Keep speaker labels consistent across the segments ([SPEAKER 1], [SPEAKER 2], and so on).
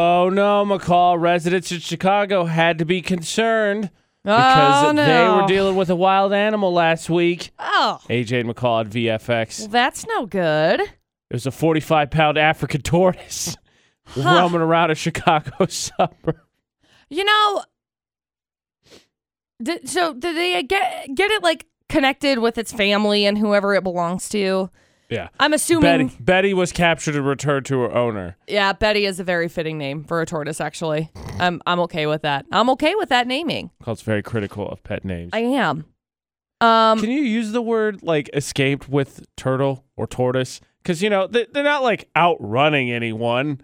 [SPEAKER 1] Rona McCall residents in Chicago had to be concerned because
[SPEAKER 2] oh, no.
[SPEAKER 1] they were dealing with a wild animal last week.
[SPEAKER 2] Oh,
[SPEAKER 1] AJ and McCall at VFX.
[SPEAKER 2] well, that's no good.
[SPEAKER 1] It was a 45 pound African tortoise roaming around a Chicago suburb.
[SPEAKER 2] You know, did, so did they get get it like connected with its family and whoever it belongs to?
[SPEAKER 1] Yeah.
[SPEAKER 2] I'm assuming.
[SPEAKER 1] Betty, Betty was captured and returned to her owner.
[SPEAKER 2] Yeah, Betty is a very fitting name for a tortoise. Actually, I'm I'm okay with that. I'm okay with that naming.
[SPEAKER 1] McCall's very critical of pet names.
[SPEAKER 2] I am. Um,
[SPEAKER 1] Can you use the word like escaped with turtle or tortoise? Because, you know, they- they're not like outrunning anyone.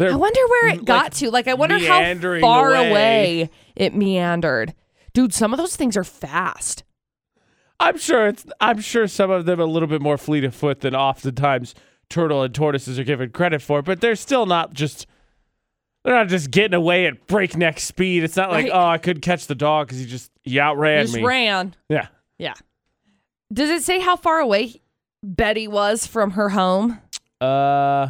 [SPEAKER 1] They're
[SPEAKER 2] I wonder where it
[SPEAKER 1] like,
[SPEAKER 2] got to. Like, I wonder how
[SPEAKER 1] meandering
[SPEAKER 2] far
[SPEAKER 1] away.
[SPEAKER 2] away it meandered. Dude, some of those things are fast.
[SPEAKER 1] I'm sure it's I'm sure some of them are a little bit more fleet of foot than oftentimes turtle and tortoises are given credit for, but they're still not just they're not just getting away at breakneck speed. It's not like,
[SPEAKER 2] Right.
[SPEAKER 1] oh, I couldn't catch the dog because he just he outran
[SPEAKER 2] Just
[SPEAKER 1] me.
[SPEAKER 2] ran.
[SPEAKER 1] Yeah.
[SPEAKER 2] Yeah. Does it say how far away Betty was from her home?
[SPEAKER 1] Uh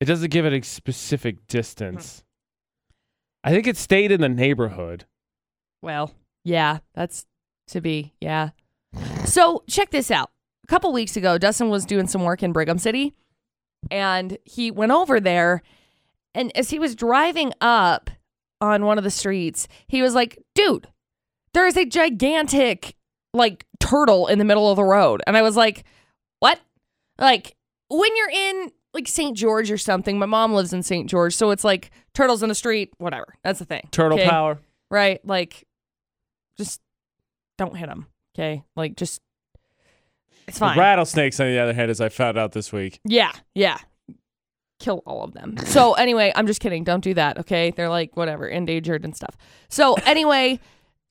[SPEAKER 1] it doesn't give it a specific distance. I think it stayed in the neighborhood.
[SPEAKER 2] Well, yeah, that's to be. Yeah. So check this out. A couple weeks ago, Dustin was doing some work in Brigham City and he went over there. And as he was driving up on one of the streets, he was like, dude, there is a gigantic like turtle in the middle of the road. And I was like, what? Like when you're in like St. George or something, my mom lives in St. George. So it's like turtles in the street, whatever. That's the thing.
[SPEAKER 1] Turtle
[SPEAKER 2] okay?
[SPEAKER 1] power.
[SPEAKER 2] right? Like, just don't hit them, okay? Like, just it's fine.
[SPEAKER 1] Rattlesnakes, on the other hand, as I found out this week.
[SPEAKER 2] yeah, yeah. Kill all of them. So anyway, I'm just kidding. Don't do that, okay? They're like whatever, endangered and stuff. So anyway,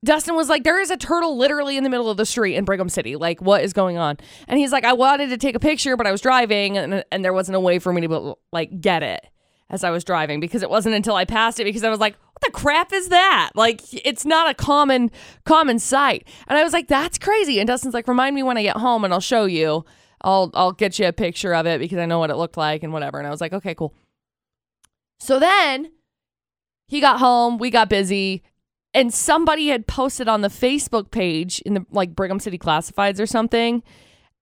[SPEAKER 2] Dustin was like, "There is a turtle literally in the middle of the street in Brigham City. Like, what is going on?" And he's like, "I wanted to take a picture, but I was driving, and and there wasn't a way for me to like get it." As I was driving, because it wasn't until I passed it because I was like, "What the crap is that?" Like, it's not a common common sight, and I was like, "That's crazy." And Dustin's like, "Remind me when I get home, and I'll show you. I'll I'll get you a picture of it because I know what it looked like and whatever." And I was like, "Okay, cool." So then he got home, we got busy, and somebody had posted on the Facebook page in the like Brigham City Classifieds or something,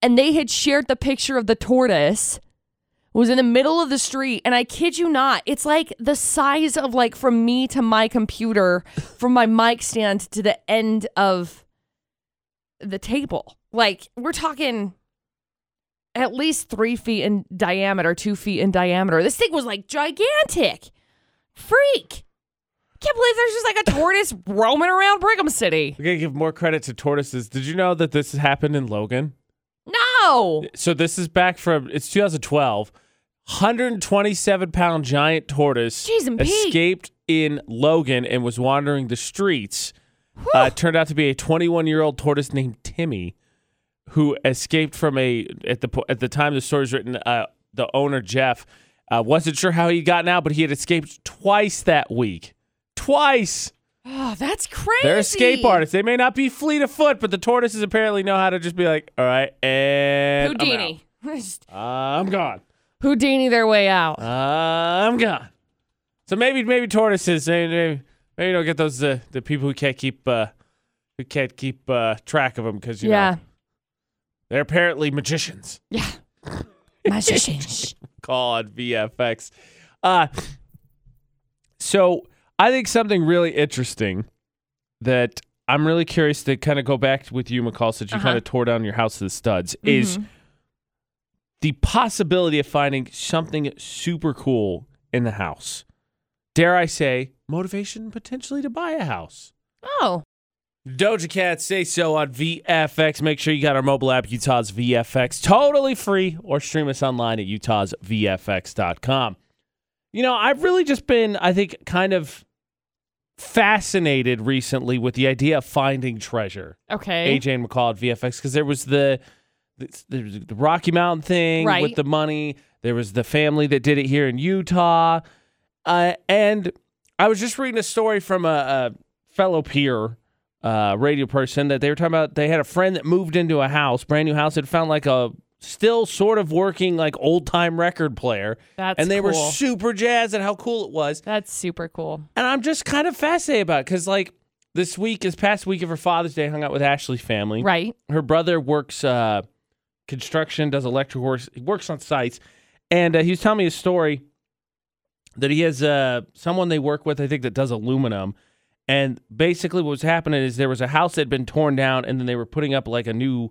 [SPEAKER 2] and they had shared the picture of the tortoise It was in the middle of the street and I kid you not, it's like the size of like from me to my computer, from my mic stand to the end of the table. Like we're talking at least three feet in diameter, two feet in diameter. This thing was like gigantic. Freak. Can't believe there's just like a tortoise roaming around Brigham City.
[SPEAKER 1] We're gonna give more credit to tortoises. Did you know that this happened in Logan?
[SPEAKER 2] No.
[SPEAKER 1] So this is back from it's 2012. 127 pound giant tortoise
[SPEAKER 2] Jeez and Pete.
[SPEAKER 1] escaped in Logan and was wandering the streets. Uh, it turned out to be a 21 year old tortoise named Timmy, who escaped from a at the po- at the time the story's written. Uh, the owner Jeff uh, wasn't sure how he'd gotten out, but he had escaped twice that week. Twice.
[SPEAKER 2] Oh, that's crazy.
[SPEAKER 1] They're escape artists. They may not be fleet of foot, but the tortoises apparently know how to just be like, all right, and I'm
[SPEAKER 2] Houdini.
[SPEAKER 1] out. Uh, I'm gone.
[SPEAKER 2] Houdini their way out.
[SPEAKER 1] I'm gone. So maybe maybe tortoises. Maybe maybe, maybe don't get those uh, the people who can't keep uh, who can't keep uh, track of them because you
[SPEAKER 2] yeah.
[SPEAKER 1] know they're apparently magicians.
[SPEAKER 2] Yeah. Magician.
[SPEAKER 1] Call on VFX. Uh, so I think something really interesting that I'm really curious to kind of go back with you, McCall, since you
[SPEAKER 2] Uh-huh.
[SPEAKER 1] kind of tore down your house to the studs, is the possibility of finding something super cool in the house. Dare I say, motivation potentially to buy a house.
[SPEAKER 2] Oh.
[SPEAKER 1] Doja Cat say so on VFX. Make sure you got our mobile app, Utah's VFX, totally free, or stream us online at utahsvfx.com. You know, I've really just been, I think, kind of fascinated recently with the idea of finding treasure.
[SPEAKER 2] Okay.
[SPEAKER 1] AJ and McCall at VFX because there was the, the the the Rocky Mountain thing
[SPEAKER 2] Right.
[SPEAKER 1] with the money. There was the family that did it here in Utah, uh, and I was just reading a story from a, a fellow peer. Uh, radio person that they were talking about. They had a friend that moved into a house, brand new house, had found like a still sort of working like old time record player.
[SPEAKER 2] That's
[SPEAKER 1] and they were
[SPEAKER 2] cool.
[SPEAKER 1] super jazzed at how cool it was.
[SPEAKER 2] That's super cool.
[SPEAKER 1] And I'm just kind of fascinated about it because, like, this week, this past week of her Father's Day, I hung out with Ashley's family.
[SPEAKER 2] Right.
[SPEAKER 1] Her brother works uh, construction, does electric works, he works on sites. And uh, he was telling me a story that he has uh, someone they work with, I think, that does aluminum. And basically, what was happening is there was a house that had been torn down, and then they were putting up like a new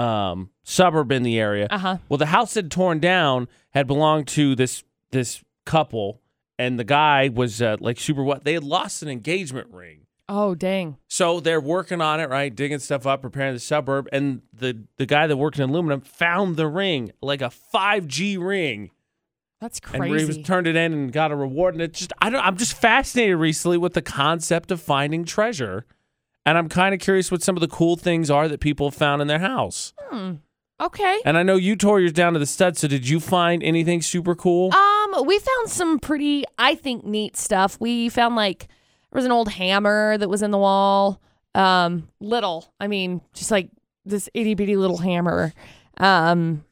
[SPEAKER 1] um, suburb in the area.
[SPEAKER 2] Uh huh.
[SPEAKER 1] Well, the house that had torn down had belonged to this this couple, and the guy was uh, like super what? They had lost an engagement ring,
[SPEAKER 2] Oh dang.
[SPEAKER 1] so they're working on it, right? Digging stuff up, preparing the suburb, and the the guy that worked in aluminum found the ring, like a five G ring,
[SPEAKER 2] That's
[SPEAKER 1] and
[SPEAKER 2] crazy.
[SPEAKER 1] re- turned it in and got a reward. And it just I don't I'm just fascinated recently with the concept of finding treasure. And I'm kind of curious what some of the cool things are that people have found in their house.
[SPEAKER 2] okay.
[SPEAKER 1] And I know you tore yours down to the stud, so did you find anything super cool?
[SPEAKER 2] Um, we found some pretty, I think, neat stuff. We found like there was an old hammer that was in the wall. Um, little, I mean, just like this itty bitty little hammer. Um,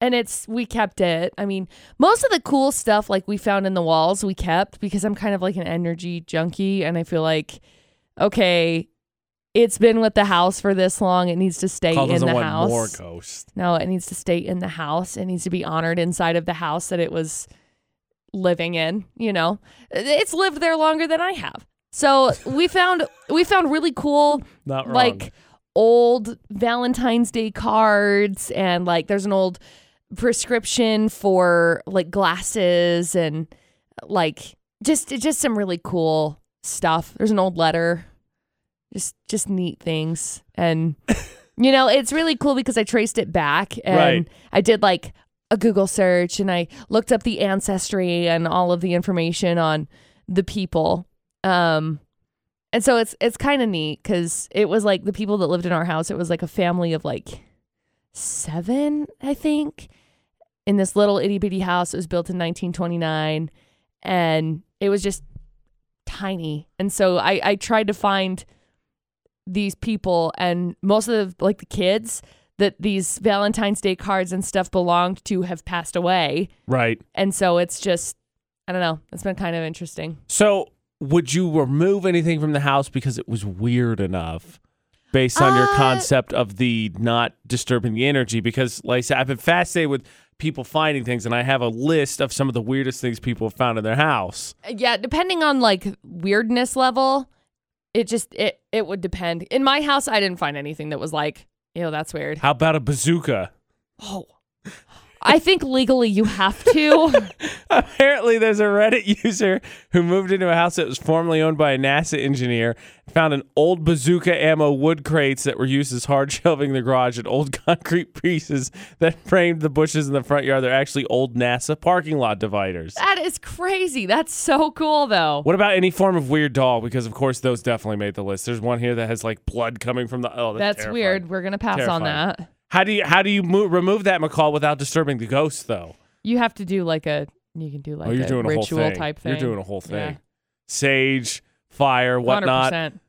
[SPEAKER 2] and it's we kept it. I mean, most of the cool stuff like we found in the walls we kept because I'm kind of like an energy junkie, and I feel like okay. It's been with the house for this long. It needs to stay
[SPEAKER 1] Carl
[SPEAKER 2] in
[SPEAKER 1] doesn't
[SPEAKER 2] the
[SPEAKER 1] want
[SPEAKER 2] house.
[SPEAKER 1] more ghosts.
[SPEAKER 2] No, it needs to stay in the house. It needs to be honored inside of the house that it was living in, you know. It's lived there longer than I have. So, we found we found really cool
[SPEAKER 1] Not wrong.
[SPEAKER 2] like old Valentine's Day cards and like there's an old prescription for like glasses and like just just some really cool stuff. There's an old letter. Just just neat things and you know, it's really cool because I traced it back and
[SPEAKER 1] Right.
[SPEAKER 2] I did like a Google search and I looked up the ancestry and all of the information on the people. Um and so it's it's kind of neat because it was like the people that lived in our house. It was like a family of like seven, I think, in this little itty bitty house. It was built in 1929, and it was just tiny. And so I I tried to find these people, and most of the like the kids that these Valentine's Day cards and stuff belonged to have passed away.
[SPEAKER 1] right.
[SPEAKER 2] And so it's just I don't know. It's been kind of interesting.
[SPEAKER 1] So, would you remove anything from the house because it was weird enough? Based on your
[SPEAKER 2] Uh,
[SPEAKER 1] concept of the not disturbing the energy, because like I said, I've been fascinated with people finding things, and I have a list of some of the weirdest things people have found in their house.
[SPEAKER 2] yeah depending on like weirdness level it just it it would depend in my house i didn't find anything that was like ew that's weird
[SPEAKER 1] How about a bazooka?
[SPEAKER 2] oh i think legally you have to
[SPEAKER 1] Apparently, there's a Reddit user who moved into a house that was formerly owned by a NASA engineer, found an old bazooka ammo wood crates that were used as hard shelving in the garage, and old concrete pieces that framed the bushes in the front yard. They're actually old NASA parking lot dividers.
[SPEAKER 2] that is crazy that's so cool though
[SPEAKER 1] What about any form of weird doll? Because of course those definitely made the list. There's one here that has like blood coming from the. Oh,
[SPEAKER 2] that's
[SPEAKER 1] that's, terrifying.
[SPEAKER 2] weird we're gonna pass on
[SPEAKER 1] Terrifying.
[SPEAKER 2] that
[SPEAKER 1] How do you how do you mo- remove that McCall without disturbing the ghost though?
[SPEAKER 2] you have to do like a you can do like
[SPEAKER 1] oh, you're
[SPEAKER 2] a
[SPEAKER 1] doing a
[SPEAKER 2] ritual
[SPEAKER 1] whole thing.
[SPEAKER 2] type thing
[SPEAKER 1] You're doing a whole thing.
[SPEAKER 2] Yeah.
[SPEAKER 1] Sage, fire, whatnot.
[SPEAKER 2] 100%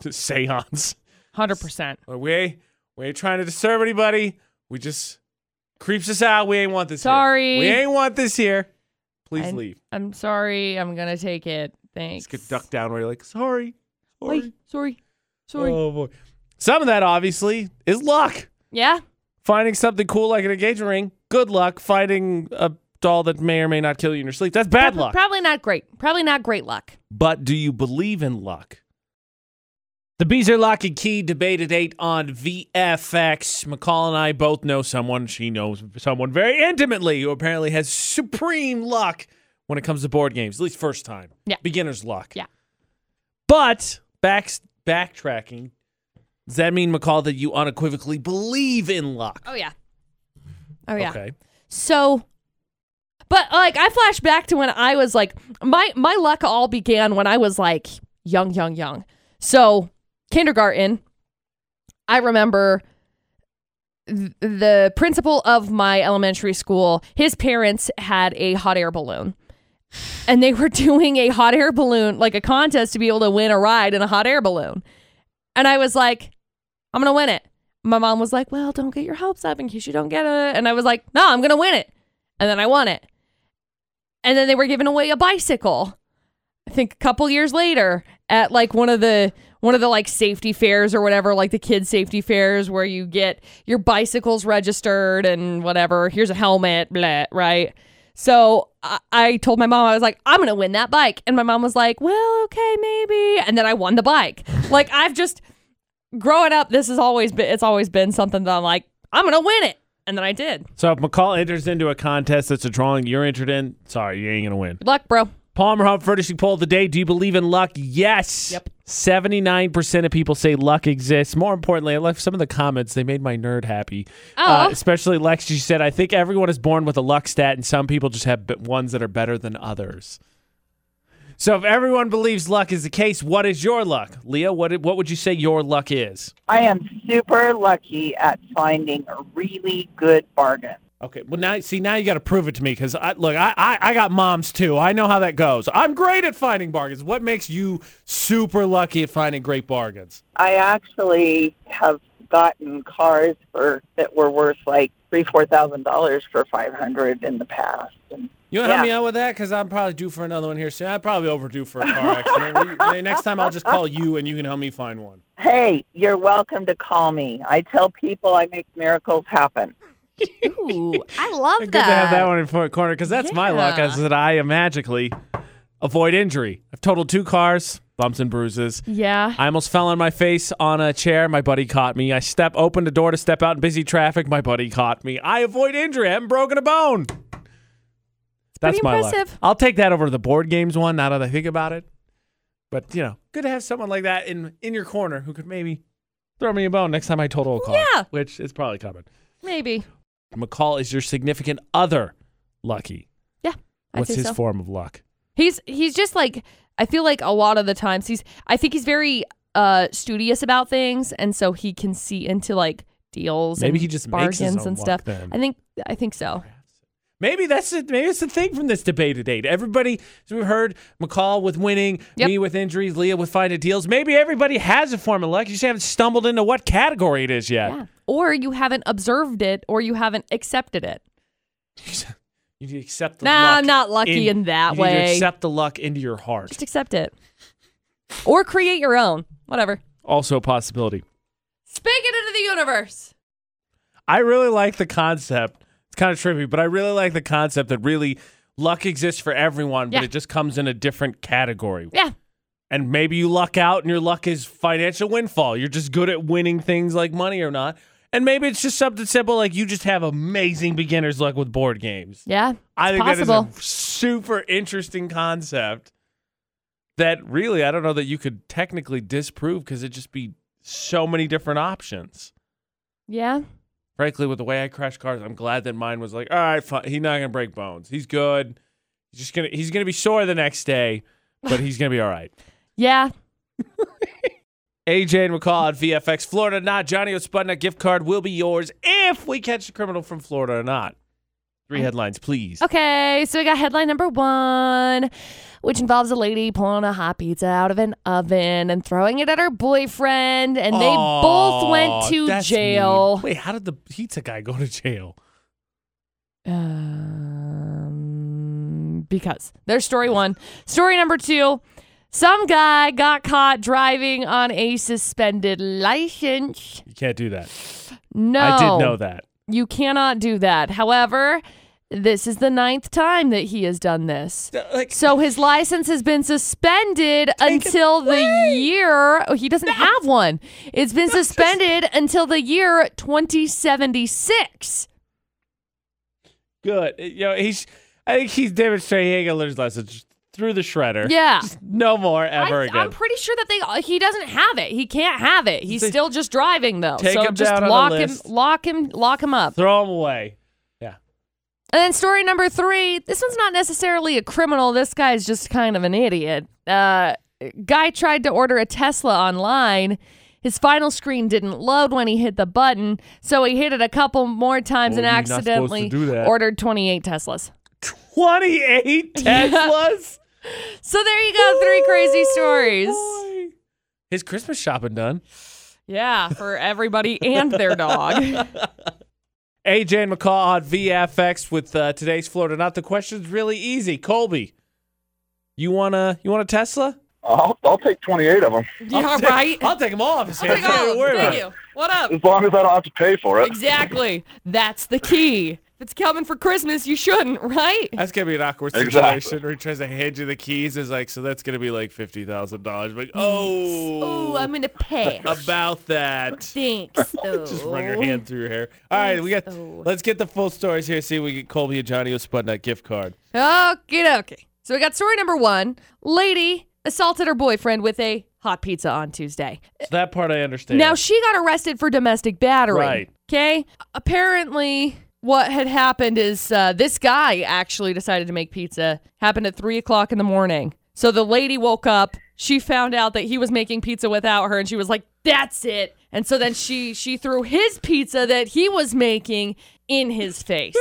[SPEAKER 1] to seance.
[SPEAKER 2] 100%
[SPEAKER 1] We ain't, we ain't trying to disturb anybody. We just creeps us out. We ain't want this.
[SPEAKER 2] Sorry.
[SPEAKER 1] Here. We ain't want this here. Please
[SPEAKER 2] I'm-
[SPEAKER 1] leave.
[SPEAKER 2] i'm sorry i'm gonna take it thanks
[SPEAKER 1] Just get ducked down where you're like, sorry. Sorry.
[SPEAKER 2] Oi, sorry sorry
[SPEAKER 1] Oh boy. Some of that obviously is luck.
[SPEAKER 2] yeah
[SPEAKER 1] Finding something cool like an engagement ring, good luck. Finding a doll that may or may not kill you in your sleep, that's bad
[SPEAKER 2] Prob-
[SPEAKER 1] luck.
[SPEAKER 2] probably not great probably not great luck
[SPEAKER 1] But do you believe in luck? The Beezer Lock and Key debate at 8 on VFX. McCall and I both know someone. She knows someone very intimately who apparently has supreme luck when it comes to board games, at least first time.
[SPEAKER 2] Yeah.
[SPEAKER 1] Beginner's luck.
[SPEAKER 2] Yeah.
[SPEAKER 1] But back, backtracking, does that mean, McCall, that you unequivocally believe in luck?
[SPEAKER 2] Oh yeah. Oh yeah.
[SPEAKER 1] Okay.
[SPEAKER 2] So but like I flash back to when I was like my my luck all began when I was like young young young. So kindergarten I remember th- the principal of my elementary school, his parents had a hot air balloon. And they were doing a hot air balloon, like a contest to be able to win a ride in a hot air balloon. And I was like, I'm going to win it. my mom was like, "Well, don't get your hopes up in case you don't get it." And I was like, "No, I'm gonna win it." And then I won it. And then they were giving away a bicycle. I think a couple years later at like one of the one of the like safety fairs or whatever, like the kids safety fairs where you get your bicycles registered and whatever. Here's a helmet, blah, right? So I, I told my mom I was like, I'm gonna win that bike, and my mom was like, Well, okay, maybe. And then I won the bike. Like I've just growing up, this has always been it's always been something that I'm like, I'm gonna win it. And then I did.
[SPEAKER 1] So if McCall enters into a contest that's a drawing you're entered in, sorry, you ain't gonna win.
[SPEAKER 2] Good luck, bro.
[SPEAKER 1] Palmer Home Furnishing poll of the day. Do you believe in luck? Yes.
[SPEAKER 2] Yep.
[SPEAKER 1] 79% of people say luck exists. More importantly, I left some of the comments. They made my nerd happy. Uh,
[SPEAKER 2] Aw.
[SPEAKER 1] especially Lex. She said, I think everyone is born with a luck stat, and some people just have b- ones that are better than others. So if everyone believes luck is the case, what is your luck? Leah, what, what would you say your luck is?
[SPEAKER 3] I am super lucky at finding a really good bargain.
[SPEAKER 1] Okay. Well, now see, now you got to prove it to me because I look, I, I I got moms too. I know how that goes. I'm great at finding bargains. What makes you super lucky at finding great bargains?
[SPEAKER 3] I actually have gotten cars for that were worth like three, four thousand dollars for five hundred in the past. And
[SPEAKER 1] You want to help me
[SPEAKER 3] Yeah.
[SPEAKER 1] out with that? Because I'm probably due for another one here soon. I'm probably overdue for a car accident. We- Next time I'll just call you and you can help me find one.
[SPEAKER 3] hey, you're welcome to call me. I tell people I make miracles happen.
[SPEAKER 2] Ooh, I love
[SPEAKER 1] Good to have that one in front corner because that's my luck.
[SPEAKER 2] Yeah.
[SPEAKER 1] Is that I magically avoid injury. I've totaled two cars, bumps and bruises.
[SPEAKER 2] Yeah.
[SPEAKER 1] I almost fell on my face on a chair. My buddy caught me. I step opened the door to step out in busy traffic. My buddy caught me. I avoid injury. I haven't broken a bone. That's
[SPEAKER 2] pretty
[SPEAKER 1] my
[SPEAKER 2] impressive.
[SPEAKER 1] luck. I'll take that over to the board games one. Now that I think about it, but you know, good to have someone like that in in your corner who could maybe throw me a bone next time I total a car.
[SPEAKER 2] Yeah.
[SPEAKER 1] which is probably coming.
[SPEAKER 2] Maybe.
[SPEAKER 1] McCall is your significant other. Lucky.
[SPEAKER 2] Yeah. I'd
[SPEAKER 1] What's
[SPEAKER 2] say
[SPEAKER 1] his
[SPEAKER 2] so.
[SPEAKER 1] form of luck?
[SPEAKER 2] He's he's just like I feel like a lot of the times he's I think he's very uh studious about things and so he can see into like deals
[SPEAKER 1] Maybe
[SPEAKER 2] and
[SPEAKER 1] he just makes
[SPEAKER 2] bargains
[SPEAKER 1] his own
[SPEAKER 2] and
[SPEAKER 1] luck
[SPEAKER 2] stuff.
[SPEAKER 1] then.
[SPEAKER 2] I think I think so.
[SPEAKER 1] Maybe that's it. Maybe it's the thing from this debate today. Everybody, so we heard McCall with winning,
[SPEAKER 2] Yep.
[SPEAKER 1] me with injuries, Leah with finding deals. Maybe everybody has a form of luck. You just haven't stumbled into what category it is yet.
[SPEAKER 2] Yeah. Or you haven't observed it or you haven't accepted it.
[SPEAKER 1] You need to accept the
[SPEAKER 2] Nah,
[SPEAKER 1] luck.
[SPEAKER 2] I'm not lucky in that
[SPEAKER 1] you Need to
[SPEAKER 2] way.
[SPEAKER 1] accept the luck into your heart.
[SPEAKER 2] Just accept it. Or create your own. Whatever.
[SPEAKER 1] Also a possibility.
[SPEAKER 2] Speak it into the universe.
[SPEAKER 1] I really like the concept. It's kind of trippy, but I really like the concept that really luck exists for everyone, but
[SPEAKER 2] Yeah.
[SPEAKER 1] it just comes in a different category.
[SPEAKER 2] Yeah.
[SPEAKER 1] and maybe you luck out and your luck is financial windfall. You're just good at winning things like money or not. And maybe it's just something simple like you just have amazing beginner's luck with board games.
[SPEAKER 2] Yeah.
[SPEAKER 1] I think
[SPEAKER 2] possible.
[SPEAKER 1] that is a super interesting concept that really I don't know that you could technically disprove because it'd just be so many different options.
[SPEAKER 2] Yeah.
[SPEAKER 1] Frankly, with the way I crash cars, I'm glad that mine was like, all right, fine. He's not gonna break bones. He's good. He's just gonna he's gonna be sore the next day, but he's gonna be all right.
[SPEAKER 2] Yeah.
[SPEAKER 1] AJ and McCall on VFX. Florida not. Johnny O'Sputnik gift card will be yours if we catch the criminal from Florida or not. Three headlines, please.
[SPEAKER 2] Oh. Okay, so we got headline number one, which involves a lady pulling a hot pizza out of an oven and throwing it at her boyfriend, and they both went
[SPEAKER 1] Aw,
[SPEAKER 2] to
[SPEAKER 1] that's
[SPEAKER 2] jail.
[SPEAKER 1] mean. Wait, how did the pizza guy go to jail?
[SPEAKER 2] Um, because there's story one. Story number two some guy got caught driving on a suspended license.
[SPEAKER 1] You can't do that.
[SPEAKER 2] No.
[SPEAKER 1] I did know that.
[SPEAKER 2] You cannot do that. However, this is the ninth time that he has done this.
[SPEAKER 1] Like,
[SPEAKER 2] So his license has been suspended until the year. Oh, he doesn't have one. It's been suspended until the year 2076.
[SPEAKER 1] good. You know, he's. I think he's demonstrating he ain't gonna learn his lesson. Just through the shredder.
[SPEAKER 2] Yeah.
[SPEAKER 1] No more ever
[SPEAKER 2] I,
[SPEAKER 1] again.
[SPEAKER 2] I'm pretty sure that they uh, he doesn't have it. He can't have it. He's
[SPEAKER 1] They-
[SPEAKER 2] still just driving though.
[SPEAKER 1] Take
[SPEAKER 2] so
[SPEAKER 1] him
[SPEAKER 2] just
[SPEAKER 1] down on a
[SPEAKER 2] lock him,
[SPEAKER 1] list.
[SPEAKER 2] lock him, lock him up.
[SPEAKER 1] Throw him away.
[SPEAKER 2] And then story number three. This one's not necessarily a criminal. This guy's just kind of an idiot. Uh, guy tried to order a Tesla online. His final screen didn't load when he hit the button, so he hit it a couple more times
[SPEAKER 1] Well,
[SPEAKER 2] and
[SPEAKER 1] you're not supposed to
[SPEAKER 2] accidentally
[SPEAKER 1] do that.
[SPEAKER 2] ordered 28 Teslas.
[SPEAKER 1] Twenty-eight Teslas.
[SPEAKER 2] So there you go, three crazy stories.
[SPEAKER 1] Boy. His Christmas shopping done.
[SPEAKER 2] Yeah, for everybody and their dog.
[SPEAKER 1] AJ and McCall on VFX with uh, today's Florida. Not the question's really easy. Colby, you wanna you want a Tesla?
[SPEAKER 4] I'll, I'll take 28 of them
[SPEAKER 2] yeah,
[SPEAKER 1] I'll take-
[SPEAKER 2] right?
[SPEAKER 1] I'll take them all off his
[SPEAKER 2] Oh
[SPEAKER 1] hands.
[SPEAKER 2] my God,
[SPEAKER 1] Don't worry about
[SPEAKER 2] Thank
[SPEAKER 1] it.
[SPEAKER 2] you. What up?
[SPEAKER 4] as long as I don't have to pay for it.
[SPEAKER 2] Exactly. That's the key. If it's coming for Christmas, you shouldn't, right?
[SPEAKER 1] That's gonna be an awkward situation
[SPEAKER 4] Exactly.
[SPEAKER 1] where he tries to hand you the keys. Is like, so that's gonna be like fifty thousand dollars. Like, oh,
[SPEAKER 2] Ooh, I'm gonna pass.
[SPEAKER 1] about that.
[SPEAKER 2] Thanks, though.
[SPEAKER 1] Just run your hand through your hair. All right, we got.
[SPEAKER 2] Oh.
[SPEAKER 1] Let's get the full stories here. See if we get Colby and Johnny a Sputnik gift card.
[SPEAKER 2] Okay, okay. So we got story number one: lady assaulted her boyfriend with a hot pizza on Tuesday.
[SPEAKER 1] So that part I understand.
[SPEAKER 2] Now she got arrested for domestic battery.
[SPEAKER 1] Right.
[SPEAKER 2] Okay. Apparently, what had happened is uh, this guy actually decided to make pizza. Happened at three o'clock in the morning. So the lady woke up. She found out that he was making pizza without her, and she was like, "That's it." And so then she she threw his pizza that he was making in his face.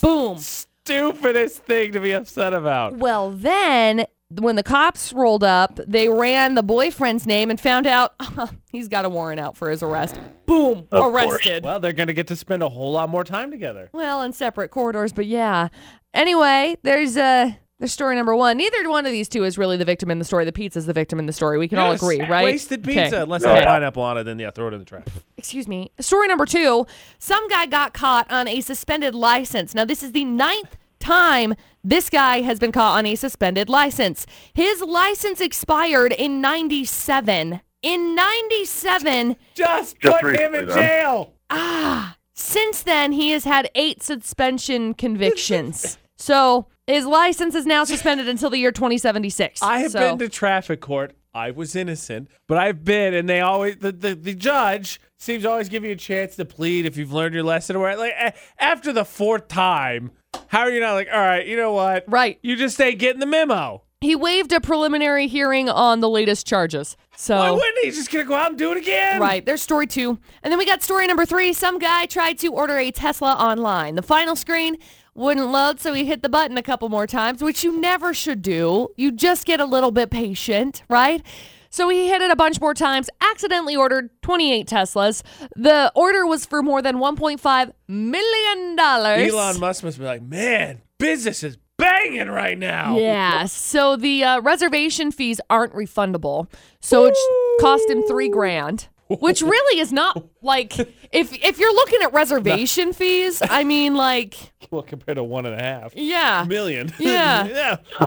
[SPEAKER 2] Boom.
[SPEAKER 1] stupidest thing to be upset about.
[SPEAKER 2] Well, then when the cops rolled up, they ran the boyfriend's name and found out he's got a warrant out for his arrest. Boom,
[SPEAKER 4] Of course.
[SPEAKER 2] arrested.
[SPEAKER 1] Well, they're gonna get to spend a whole lot more time together.
[SPEAKER 2] Well, in separate corridors, but yeah. Anyway, there's uh there's story number one. Neither one of these two is really the victim in the story. The pizza's the victim in the story. We can all
[SPEAKER 1] Yes,
[SPEAKER 2] agree, right?
[SPEAKER 1] Wasted pizza,
[SPEAKER 2] Okay.
[SPEAKER 1] unless
[SPEAKER 4] Yeah.
[SPEAKER 1] there's pineapple on it, then yeah, throw it in the trash.
[SPEAKER 2] excuse me. Story number two some guy got caught on a suspended license. Now, this is the ninth time this guy has been caught on a suspended license. His license expired in 97. In 97,
[SPEAKER 1] Just,
[SPEAKER 4] Just
[SPEAKER 1] put him in
[SPEAKER 4] recently, then.
[SPEAKER 1] jail.
[SPEAKER 2] ah, since then, he has had eight suspension convictions. so. His license is now suspended until the year 2076.
[SPEAKER 1] I have
[SPEAKER 2] So-
[SPEAKER 1] been to traffic court. I was innocent, but I've been, and they always the, the, the judge seems to always give you a chance to plead if you've learned your lesson. Where like a- after the fourth time, how are you not like, all right, you know what,
[SPEAKER 2] Right.
[SPEAKER 1] You just ain't getting the memo.
[SPEAKER 2] He waived a preliminary hearing on the latest charges. So
[SPEAKER 1] Why wouldn't he? He's just gonna go out and do it again.
[SPEAKER 2] Oh. Right. There's story two. And then we got story number three. Some guy tried to order a Tesla online. The final screen wouldn't load, so he hit the button a couple more times, which you never should do. You just get a little bit patient, right? So he hit it a bunch more times, accidentally ordered 28 Teslas. The order was for more than $1.5 million.
[SPEAKER 1] Elon Musk must be like, man, business is banging right now.
[SPEAKER 2] Yeah. So the uh, reservation fees aren't refundable. So it cost him three grand, which really is not like if if you're looking at reservation fees. I mean, like
[SPEAKER 1] Well, compared to one and a half
[SPEAKER 2] yeah,
[SPEAKER 1] E million.
[SPEAKER 2] Yeah.
[SPEAKER 1] yeah.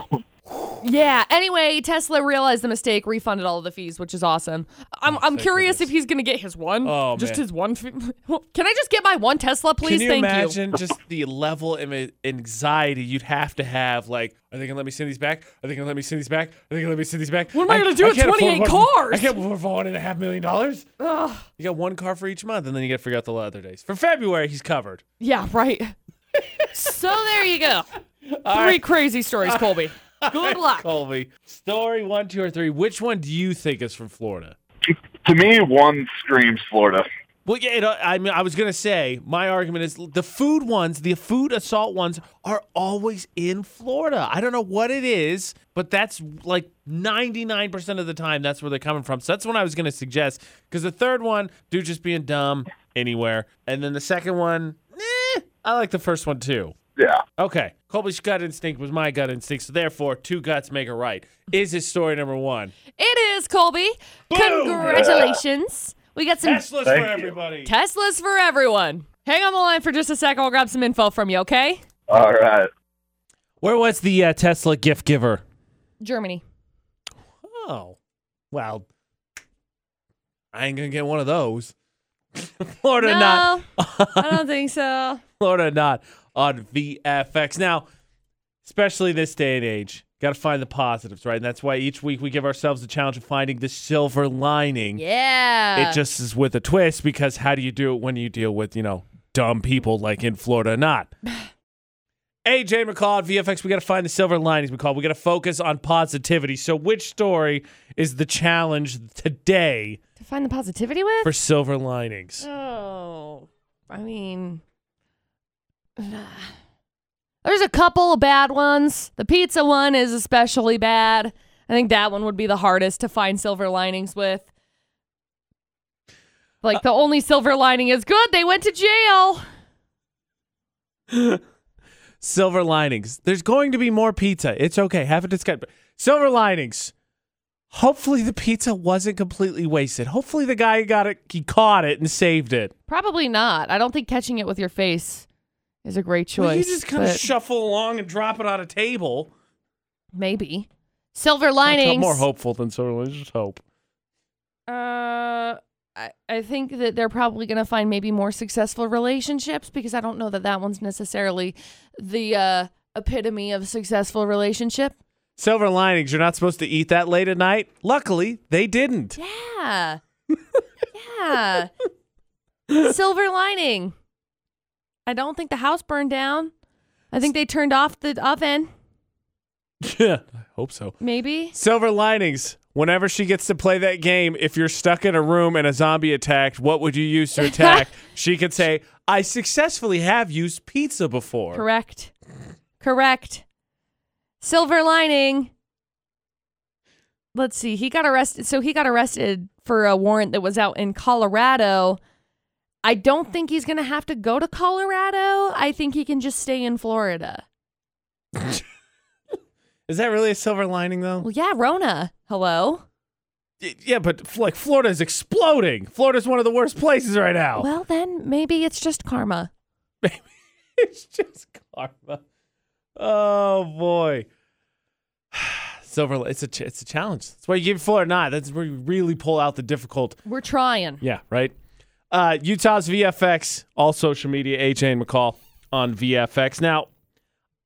[SPEAKER 2] yeah. Anyway, Tesla realized the mistake, refunded all of the fees, which is awesome. I'm I'm
[SPEAKER 1] Oh, thank
[SPEAKER 2] curious
[SPEAKER 1] goodness.
[SPEAKER 2] if he's gonna get his one.
[SPEAKER 1] Oh,
[SPEAKER 2] just
[SPEAKER 1] man.
[SPEAKER 2] his one. Fee- Can I just get my one Tesla,
[SPEAKER 1] Can
[SPEAKER 2] please?
[SPEAKER 1] you
[SPEAKER 2] Thank you.
[SPEAKER 1] imagine just the level of a- anxiety you'd have to have? Like, are they gonna let me send these back? Are they gonna let me send these back? Are they gonna let me send these back? What
[SPEAKER 2] am I gonna do with 28
[SPEAKER 1] I
[SPEAKER 2] cars?
[SPEAKER 1] can't afford one and a half million dollars. You got one car for each month, and then you gotta figure out the other days. For February, he's covered.
[SPEAKER 2] Yeah. Right. so there you go. Three crazy stories, Colby. Good luck.
[SPEAKER 1] Colby, story one, two, or three. Which one do you think is from Florida?
[SPEAKER 4] To me, one screams Florida.
[SPEAKER 1] Well, yeah, it, uh, I mean, I was gonna say my argument is the food ones, the food assault ones, are always in Florida. I don't know what it is, but that's like ninety nine percent of the time that's where they're coming from. So that's what I was gonna suggest. Because the third one, dude, just being dumb anywhere, and then the second one, eh, I like the first one too.
[SPEAKER 4] Yeah.
[SPEAKER 1] Okay, Colby's gut instinct was my gut instinct, so therefore two guts make a right. Is his story number one?
[SPEAKER 2] It is, Colby. Congratulations. We got some
[SPEAKER 1] Tesla's for
[SPEAKER 4] Thank you.
[SPEAKER 1] everybody.
[SPEAKER 2] Teslas for everyone. Hang on the line for just a sec. I'll grab some info from you, okay?
[SPEAKER 4] All right.
[SPEAKER 1] Where was the uh, Tesla gift giver?
[SPEAKER 2] Germany.
[SPEAKER 1] Oh, well, I ain't gonna get one of those. Florida not,
[SPEAKER 2] I don't think so.
[SPEAKER 1] Florida not on VFX. Now, especially this day and age, got to find the positives, right? And that's why each week we give ourselves the challenge of finding the silver lining.
[SPEAKER 2] Yeah.
[SPEAKER 1] It just is with a twist because how do you do it when you deal with, you know, dumb people like in Florida or not? AJ McCall at VFX, we got to find the silver linings, McCall. We got to focus on positivity. So, which story is the challenge today
[SPEAKER 2] to find the positivity with?
[SPEAKER 1] for silver linings?
[SPEAKER 2] oh. I mean There's a couple of bad ones. The pizza one is especially bad. I think that one would be the hardest to find silver linings with.
[SPEAKER 1] Uh,
[SPEAKER 2] Like the only silver lining is good. They went to jail.
[SPEAKER 1] Silver linings. There's going to be more pizza. It's okay. Have a discussion. Silver linings. Hopefully the pizza wasn't completely wasted. Hopefully the guy got it. He caught it and saved it.
[SPEAKER 2] Probably not. I don't think catching it with your face is a great choice.
[SPEAKER 1] Well, you just kind of
[SPEAKER 2] but
[SPEAKER 1] shuffle along and drop it on a table.
[SPEAKER 2] maybe silver
[SPEAKER 1] That's
[SPEAKER 2] linings.
[SPEAKER 1] more hopeful than silver linings. Just hope.
[SPEAKER 2] Uh, I, I think that they're probably going to find maybe more successful relationships because I don't know that that one's necessarily the uh, epitome of a successful relationship.
[SPEAKER 1] Silver linings. You're not supposed to eat that late at night. Luckily, they didn't.
[SPEAKER 2] Yeah. yeah. Silver lining. I don't think the house burned down. I think they turned off the oven,
[SPEAKER 1] Yeah. I hope so.
[SPEAKER 2] maybe.
[SPEAKER 1] Silver linings. Whenever she gets to play that game, if you're stuck in a room and a zombie attacked, what would you use to attack? she could say, I successfully have used pizza before.
[SPEAKER 2] Correct. Correct. Silver lining. Let's see. He got arrested. So he got arrested for a warrant that was out in Colorado. I don't think he's going to have to go to Colorado. I think he can just stay in Florida.
[SPEAKER 1] Is that really a silver lining, though?
[SPEAKER 2] Well, yeah, Rona. Hello.
[SPEAKER 1] Y- Yeah, but f- like Florida's exploding. Florida's one of the worst places right now.
[SPEAKER 2] Well, then maybe it's just karma.
[SPEAKER 1] it's just karma. Oh boy. Silver, it's a ch- it's a challenge. That's why you give Florida nine. That's where you really pull out the difficult
[SPEAKER 2] We're trying.
[SPEAKER 1] Yeah, right. Uh, Utah's VFX, all social media, AJ and McCall on VFX. Now,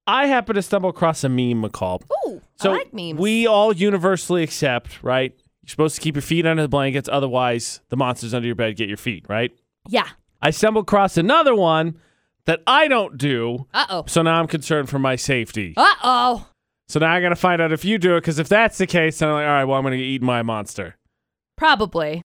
[SPEAKER 1] I happen to stumble across a meme, McCall.
[SPEAKER 2] Ooh,
[SPEAKER 1] So
[SPEAKER 2] I like memes.
[SPEAKER 1] we all universally accept, right? You're supposed to keep your feet under the blankets, otherwise the monsters under your bed get your feet, right?
[SPEAKER 2] yeah.
[SPEAKER 1] I stumbled across another one that I don't do,
[SPEAKER 2] Uh oh.
[SPEAKER 1] so now I'm concerned for my safety.
[SPEAKER 2] Uh oh.
[SPEAKER 1] So now I gotta find out if you do it, because if that's the case, then I'm like, all right, well I'm gonna get eaten by a monster.
[SPEAKER 2] Probably.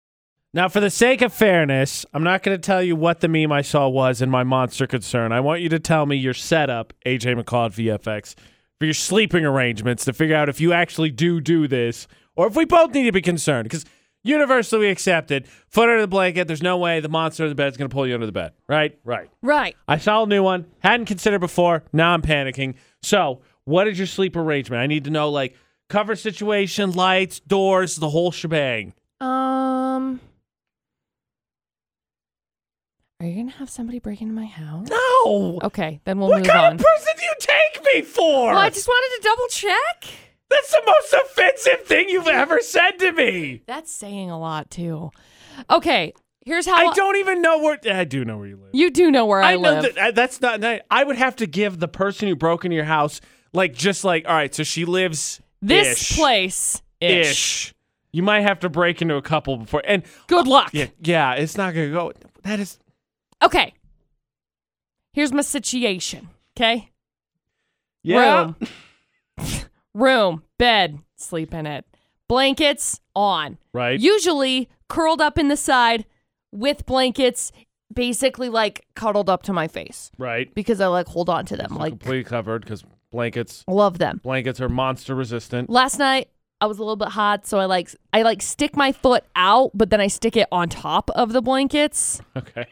[SPEAKER 1] Now, for the sake of fairness, I'm not going to tell you what the meme I saw was in my monster concern. I want you to tell me your setup, AJ McCall at VFX, for your sleeping arrangements to figure out if you actually do do this or if we both need to be concerned because universally accepted foot under the blanket. There's no way the monster under the bed is going to pull you under the bed, right? Right.
[SPEAKER 2] Right.
[SPEAKER 1] I saw a new one, hadn't considered before. Now I'm panicking. So, what is your sleep arrangement? I need to know like cover situation, lights, doors, the whole shebang.
[SPEAKER 2] Um. Are you gonna have somebody break into my house?
[SPEAKER 1] No.
[SPEAKER 2] Okay, then Oh, we'll
[SPEAKER 1] What
[SPEAKER 2] move
[SPEAKER 1] kind
[SPEAKER 2] on.
[SPEAKER 1] of person do you take me for?
[SPEAKER 2] well, I just wanted to double check.
[SPEAKER 1] That's the most offensive thing you've ever said to me.
[SPEAKER 2] That's saying a lot too. Okay, here's how
[SPEAKER 1] I don't even know where. I do know where you live.
[SPEAKER 2] You do know where I,
[SPEAKER 1] know
[SPEAKER 2] live.
[SPEAKER 1] that uh, that's not. I would have to give the person who broke into your house like just like all right. So she lives
[SPEAKER 2] this
[SPEAKER 1] ish,
[SPEAKER 2] place
[SPEAKER 1] ish.
[SPEAKER 2] ish.
[SPEAKER 1] You might have to break into a couple before and
[SPEAKER 2] Good luck.
[SPEAKER 1] yeah yeah. It's not gonna go. That is
[SPEAKER 2] Okay. Here's my situation. Okay.
[SPEAKER 1] yeah.
[SPEAKER 2] Room. Room, bed, sleep in it. Blankets on.
[SPEAKER 1] Right.
[SPEAKER 2] Usually curled up in the side with blankets, basically like cuddled up to my face
[SPEAKER 1] Right.
[SPEAKER 2] because I like hold on to them. Like,
[SPEAKER 1] Completely covered because blankets
[SPEAKER 2] love them.
[SPEAKER 1] blankets are monster resistant.
[SPEAKER 2] Last night, I was a little bit hot, so I like I like stick my foot out, but then I stick it on top of the blankets
[SPEAKER 1] Okay.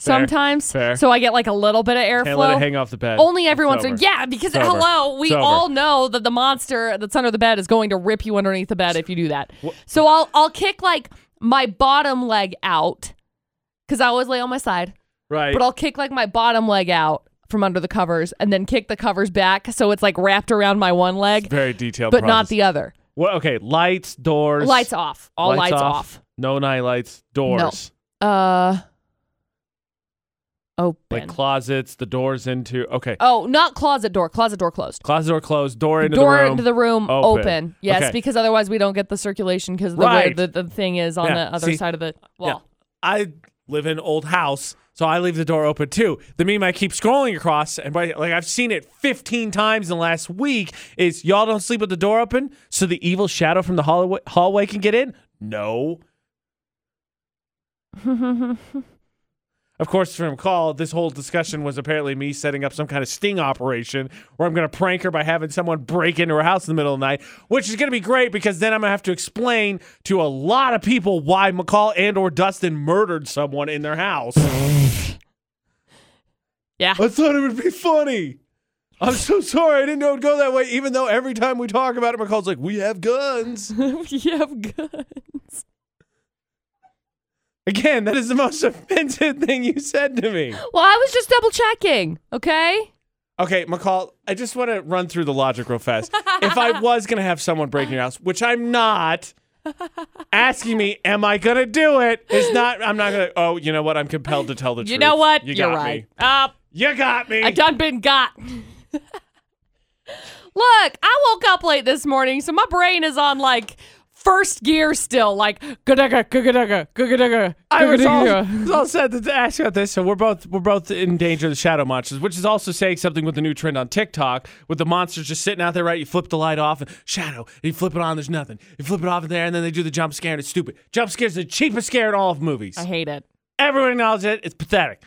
[SPEAKER 2] sometimes.
[SPEAKER 1] fair.
[SPEAKER 2] So I get like a little bit of airflow.
[SPEAKER 1] Can't let it hang off the bed.
[SPEAKER 2] Only every
[SPEAKER 1] It's
[SPEAKER 2] once in
[SPEAKER 1] over.
[SPEAKER 2] yeah, because
[SPEAKER 1] It's over.
[SPEAKER 2] hello, we
[SPEAKER 1] It's over.
[SPEAKER 2] all know that the monster that's under the bed is going to rip you underneath the bed if you do that. So I'll I'll kick like my bottom leg out because I always lay on my side,
[SPEAKER 1] Right.
[SPEAKER 2] but I'll kick like my bottom leg out from under the covers and then kick the covers back so it's like wrapped around my one leg,
[SPEAKER 1] Very detailed,
[SPEAKER 2] but not the other.
[SPEAKER 1] Well, okay, lights, doors,
[SPEAKER 2] Lights off, all lights, off.
[SPEAKER 1] no night lights, doors,
[SPEAKER 2] Uh, open.
[SPEAKER 1] like closets, the doors into. Okay,
[SPEAKER 2] oh, not closet door. Closet door closed.
[SPEAKER 1] closet door closed, door into
[SPEAKER 2] door
[SPEAKER 1] the room.
[SPEAKER 2] into the room
[SPEAKER 1] Open.
[SPEAKER 2] open. Yes,
[SPEAKER 1] Okay.
[SPEAKER 2] because otherwise we don't get the circulation because the,
[SPEAKER 1] Right.
[SPEAKER 2] way the the thing is on
[SPEAKER 1] Yeah,
[SPEAKER 2] the other
[SPEAKER 1] see-
[SPEAKER 2] side of the
[SPEAKER 1] Yeah.
[SPEAKER 2] wall.
[SPEAKER 1] I live in an old house, so I leave the door open too. The meme I keep scrolling across, and by, like I've seen it 15 times in the last week, is y'all don't sleep with the door open, so the evil shadow from the hallway hallway can get in. No. Of course, from call, this whole discussion was apparently me setting up some kind of sting operation where I'm going to prank her by having someone break into her house in the middle of the night, which is going to be great because then I'm going to have to explain to a lot of people why McCall and or Dustin murdered someone in their house.
[SPEAKER 2] Yeah.
[SPEAKER 1] I thought it would be funny. I'm so sorry. I didn't know it would go that way, even though every time we talk about it, McCall's like, we have guns.
[SPEAKER 2] we have guns.
[SPEAKER 1] Again, that is the most offensive thing you said to me.
[SPEAKER 2] Well, I was just double checking, okay?
[SPEAKER 1] Okay, McCall, I just want to run through the logic real fast. if I was going to have someone break in your house, which I'm not, asking me, am I going to do it? Is not, I'm not going to, oh, you know what? I'm compelled to tell the truth.
[SPEAKER 2] You know what?
[SPEAKER 1] You
[SPEAKER 2] are
[SPEAKER 1] got
[SPEAKER 2] right.
[SPEAKER 1] me.
[SPEAKER 2] Up.
[SPEAKER 1] You got me.
[SPEAKER 2] I done been got. Look, I woke up late this morning, so my brain is on like first gear still, like gudugga, gugudugga, gugudugga,
[SPEAKER 1] I was all,
[SPEAKER 2] gugudugga.
[SPEAKER 1] was all set to ask about this, so we're both we're both in danger of the shadow monsters, which is also saying something with the new trend on TikTok, with the monsters just sitting out there, right? You flip the light off and shadow, and you flip it on, there's nothing. You flip it off in there, and then they do the jump scare, and it's stupid. Jump scares the cheapest scare in all of movies.
[SPEAKER 2] I hate it.
[SPEAKER 1] Everyone acknowledges it. It's pathetic.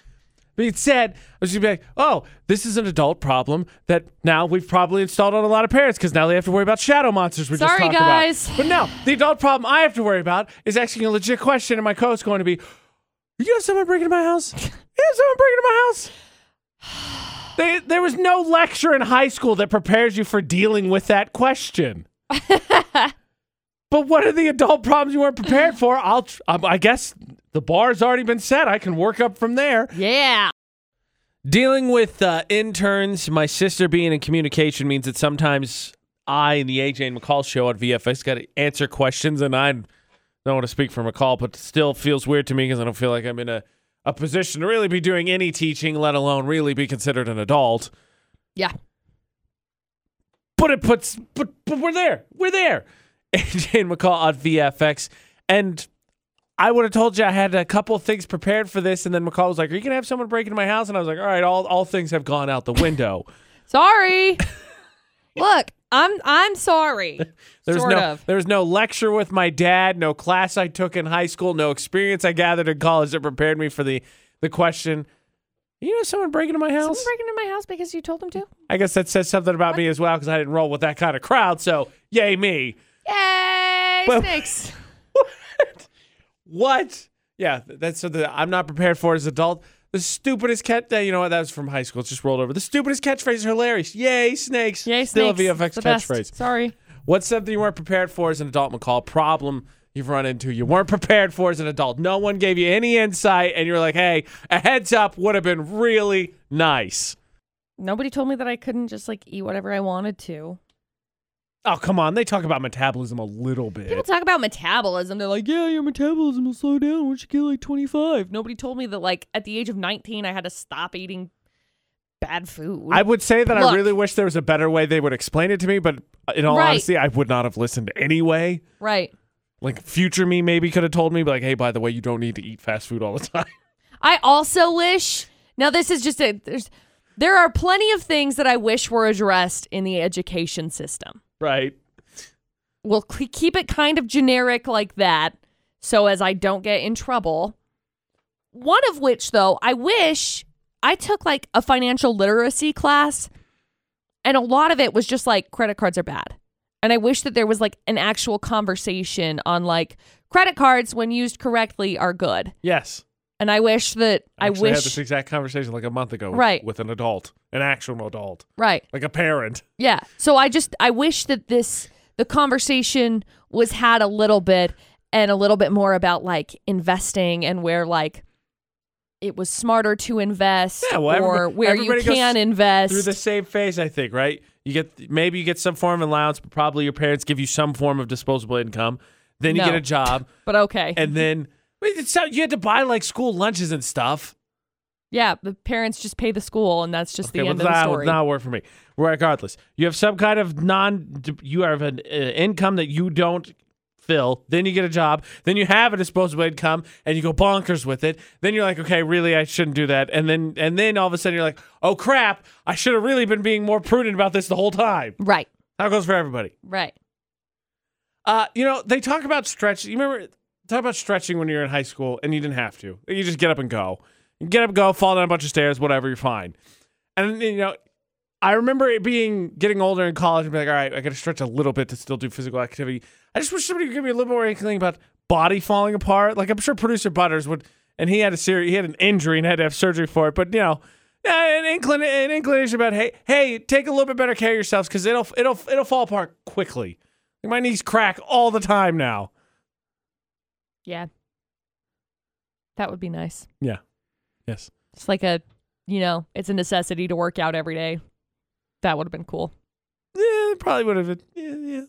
[SPEAKER 1] But it said, I was just gonna be like, oh, this is an adult problem that now we've probably installed on a lot of parents because now they have to worry about shadow monsters we just
[SPEAKER 2] Sorry,
[SPEAKER 1] talked
[SPEAKER 2] guys.
[SPEAKER 1] about. But no, the adult problem I have to worry about is asking a legit question, and my co going to be, you have someone breaking into my house? You have someone breaking into my house? They, there was no lecture in high school that prepares you for dealing with that question. but what are the adult problems you weren't prepared for? I'll, tr- um, I guess the bar's already been set. I can work up from there.
[SPEAKER 2] Yeah.
[SPEAKER 1] Dealing with uh, interns, my sister being in communication means that sometimes I and the AJ and McCall show on VFX got to answer questions, and I don't want to speak for McCall, but still feels weird to me because I don't feel like I'm in a, a position to really be doing any teaching, let alone really be considered an adult.
[SPEAKER 2] Yeah.
[SPEAKER 1] But it puts, but, but we're there. We're there. AJ and McCall on VFX. And I would have told you I had a couple things prepared for this. And then McCall was like, Are you going to have someone break into my house? And I was like, All right, all, all things have gone out the window.
[SPEAKER 2] Sorry. Look, I'm I'm sorry.
[SPEAKER 1] There's
[SPEAKER 2] sort
[SPEAKER 1] no,
[SPEAKER 2] of.
[SPEAKER 1] There's no lecture with my dad, no class I took in high school, no experience I gathered in college that prepared me for the, the question. You know, someone breaking into my house?
[SPEAKER 2] Someone breaking into my house because you told them to?
[SPEAKER 1] I guess that says something about me as well because I didn't roll with that kind of crowd. So, yay me.
[SPEAKER 2] Yay,
[SPEAKER 1] But-
[SPEAKER 2] snakes.
[SPEAKER 1] What? Yeah, th- that's something that I'm not prepared for as an adult. The stupidest catch. You know what? That was from high school. It's just rolled over. The stupidest catchphrase is hilarious. Yay, snakes.
[SPEAKER 2] Yay, snakes.
[SPEAKER 1] Still a VFX
[SPEAKER 2] the best.
[SPEAKER 1] catchphrase.
[SPEAKER 2] Sorry.
[SPEAKER 1] What's something you weren't prepared for as an adult, McCall? Problem you've run into you weren't prepared for as an adult. No one gave you any insight, and you're like, hey, a heads up would have been really nice.
[SPEAKER 2] Nobody told me that I couldn't just like eat whatever I wanted to.
[SPEAKER 1] Oh, come on. They talk about metabolism a little bit.
[SPEAKER 2] People talk about metabolism. They're like, yeah, your metabolism will slow down once you get like 25. Nobody told me that, like, at the age of 19, I had to stop eating bad food.
[SPEAKER 1] I would say that I
[SPEAKER 2] Look.
[SPEAKER 1] really wish there was a better way they would explain it to me, but uh, in all
[SPEAKER 2] Right.
[SPEAKER 1] honesty, I would not have listened anyway.
[SPEAKER 2] right.
[SPEAKER 1] Like future me maybe could have told me, but like, hey, by the way, you don't need to eat fast food all the time.
[SPEAKER 2] I also wish. Now, this is just a. There's, there are plenty of things that I wish were addressed in the education system.
[SPEAKER 1] right.
[SPEAKER 2] we'll c- keep it kind of generic like that so as I don't get in trouble. One of which, though, I wish I took like a financial literacy class, and a lot of it was just like credit cards are bad. And I wish that there was like an actual conversation on like credit cards, when used correctly, are good.
[SPEAKER 1] Yes.
[SPEAKER 2] And I wish that I,
[SPEAKER 1] actually
[SPEAKER 2] wish,
[SPEAKER 1] had this exact conversation like a month ago with-
[SPEAKER 2] Right.
[SPEAKER 1] with an adult, an actual adult,
[SPEAKER 2] right?
[SPEAKER 1] like a parent.
[SPEAKER 2] Yeah. So I just I wish that this the conversation was had a little bit and a little bit more about like investing and where like it was smarter to invest
[SPEAKER 1] Yeah, well,
[SPEAKER 2] or
[SPEAKER 1] everybody-
[SPEAKER 2] where you
[SPEAKER 1] everybody goes
[SPEAKER 2] can
[SPEAKER 1] through
[SPEAKER 2] invest.
[SPEAKER 1] Through the same phase, I think, right? You get maybe you get some form of allowance, but probably your parents give you some form of disposable income. Then you
[SPEAKER 2] No.
[SPEAKER 1] get a job,
[SPEAKER 2] but okay.
[SPEAKER 1] and then Wait, it's not, you had to buy like school lunches and stuff.
[SPEAKER 2] yeah, the parents just pay the school and that's just the
[SPEAKER 1] Okay,
[SPEAKER 2] end
[SPEAKER 1] well,
[SPEAKER 2] of the
[SPEAKER 1] that
[SPEAKER 2] story.
[SPEAKER 1] would not work for me. Regardless, you have some kind of non, you have an uh, income that you don't fill. Then you get a job. Then you have a disposable income, and you go bonkers with it. Then you're like, okay, really, I shouldn't do that. And then, and then all of a sudden, you're like, oh crap, I should have really been being more prudent about this the whole time.
[SPEAKER 2] Right.
[SPEAKER 1] How it goes for everybody.
[SPEAKER 2] Right.
[SPEAKER 1] Uh, you know, they talk about stretch. You remember talk about stretching when you were in high school and you didn't have to. You just get up and go. Get up, go, fall down a bunch of stairs, whatever, you're fine. And you know, I remember it being getting older in college and be like, all right, I gotta stretch a little bit to still do physical activity. I just wish somebody would give me a little more inkling about body falling apart. Like I'm sure producer Butters would and he had a serious he had an injury and had to have surgery for it, but you know, yeah, an, inclin- an inclination about hey, hey, take a little bit better care of yourselves because it'll it'll it'll fall apart quickly. My knees crack all the time now.
[SPEAKER 2] Yeah. That would be nice.
[SPEAKER 1] Yeah. Yes.
[SPEAKER 2] It's like a, you know, it's a necessity to work out every day. That would have been cool.
[SPEAKER 1] Yeah, it probably would have been. Yeah, yeah,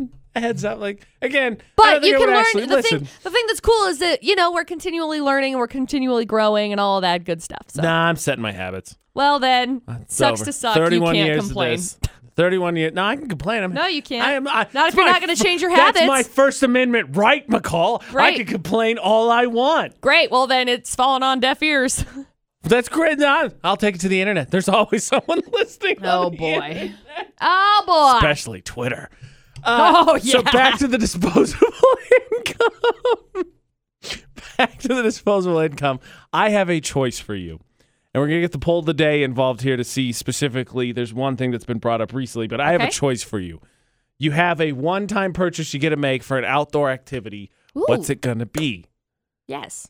[SPEAKER 1] yeah. A heads up, like again. I don't
[SPEAKER 2] But
[SPEAKER 1] think
[SPEAKER 2] you
[SPEAKER 1] I
[SPEAKER 2] can
[SPEAKER 1] would
[SPEAKER 2] learn
[SPEAKER 1] actually
[SPEAKER 2] the
[SPEAKER 1] listen.
[SPEAKER 2] thing. The thing that's cool is that you know we're continually learning and we're continually growing and all that good stuff. So
[SPEAKER 1] Nah, I'm setting my habits.
[SPEAKER 2] well then,
[SPEAKER 1] It's
[SPEAKER 2] sucks
[SPEAKER 1] over.
[SPEAKER 2] to suck. You
[SPEAKER 1] Thirty-one
[SPEAKER 2] can't
[SPEAKER 1] years
[SPEAKER 2] complain.
[SPEAKER 1] Of this. Thirty-one years. No, I can complain. I'm,
[SPEAKER 2] No, you can't.
[SPEAKER 1] I am. I,
[SPEAKER 2] Not if
[SPEAKER 1] it's
[SPEAKER 2] you're
[SPEAKER 1] my
[SPEAKER 2] not gonna
[SPEAKER 1] fir-
[SPEAKER 2] change your
[SPEAKER 1] That's
[SPEAKER 2] habits.
[SPEAKER 1] my First Amendment right, McCall. I
[SPEAKER 2] Right.
[SPEAKER 1] can complain all I want.
[SPEAKER 2] Great. Well then, it's fallen on deaf ears.
[SPEAKER 1] That's great. Nah, I'll take it to the internet. There's always someone listening.
[SPEAKER 2] oh
[SPEAKER 1] on the internet.
[SPEAKER 2] boy. Oh boy.
[SPEAKER 1] especially Twitter. Uh,
[SPEAKER 2] Oh,
[SPEAKER 1] So
[SPEAKER 2] yeah.
[SPEAKER 1] back to the disposable income. back to the disposable income. I have a choice for you. And we're going to get the poll of the day involved here to see specifically. There's one thing that's been brought up recently, but I have
[SPEAKER 2] Okay.
[SPEAKER 1] a choice for you. You have a one time purchase you get to make for an outdoor activity. What's
[SPEAKER 2] Ooh.
[SPEAKER 1] it going to be?
[SPEAKER 2] Yes.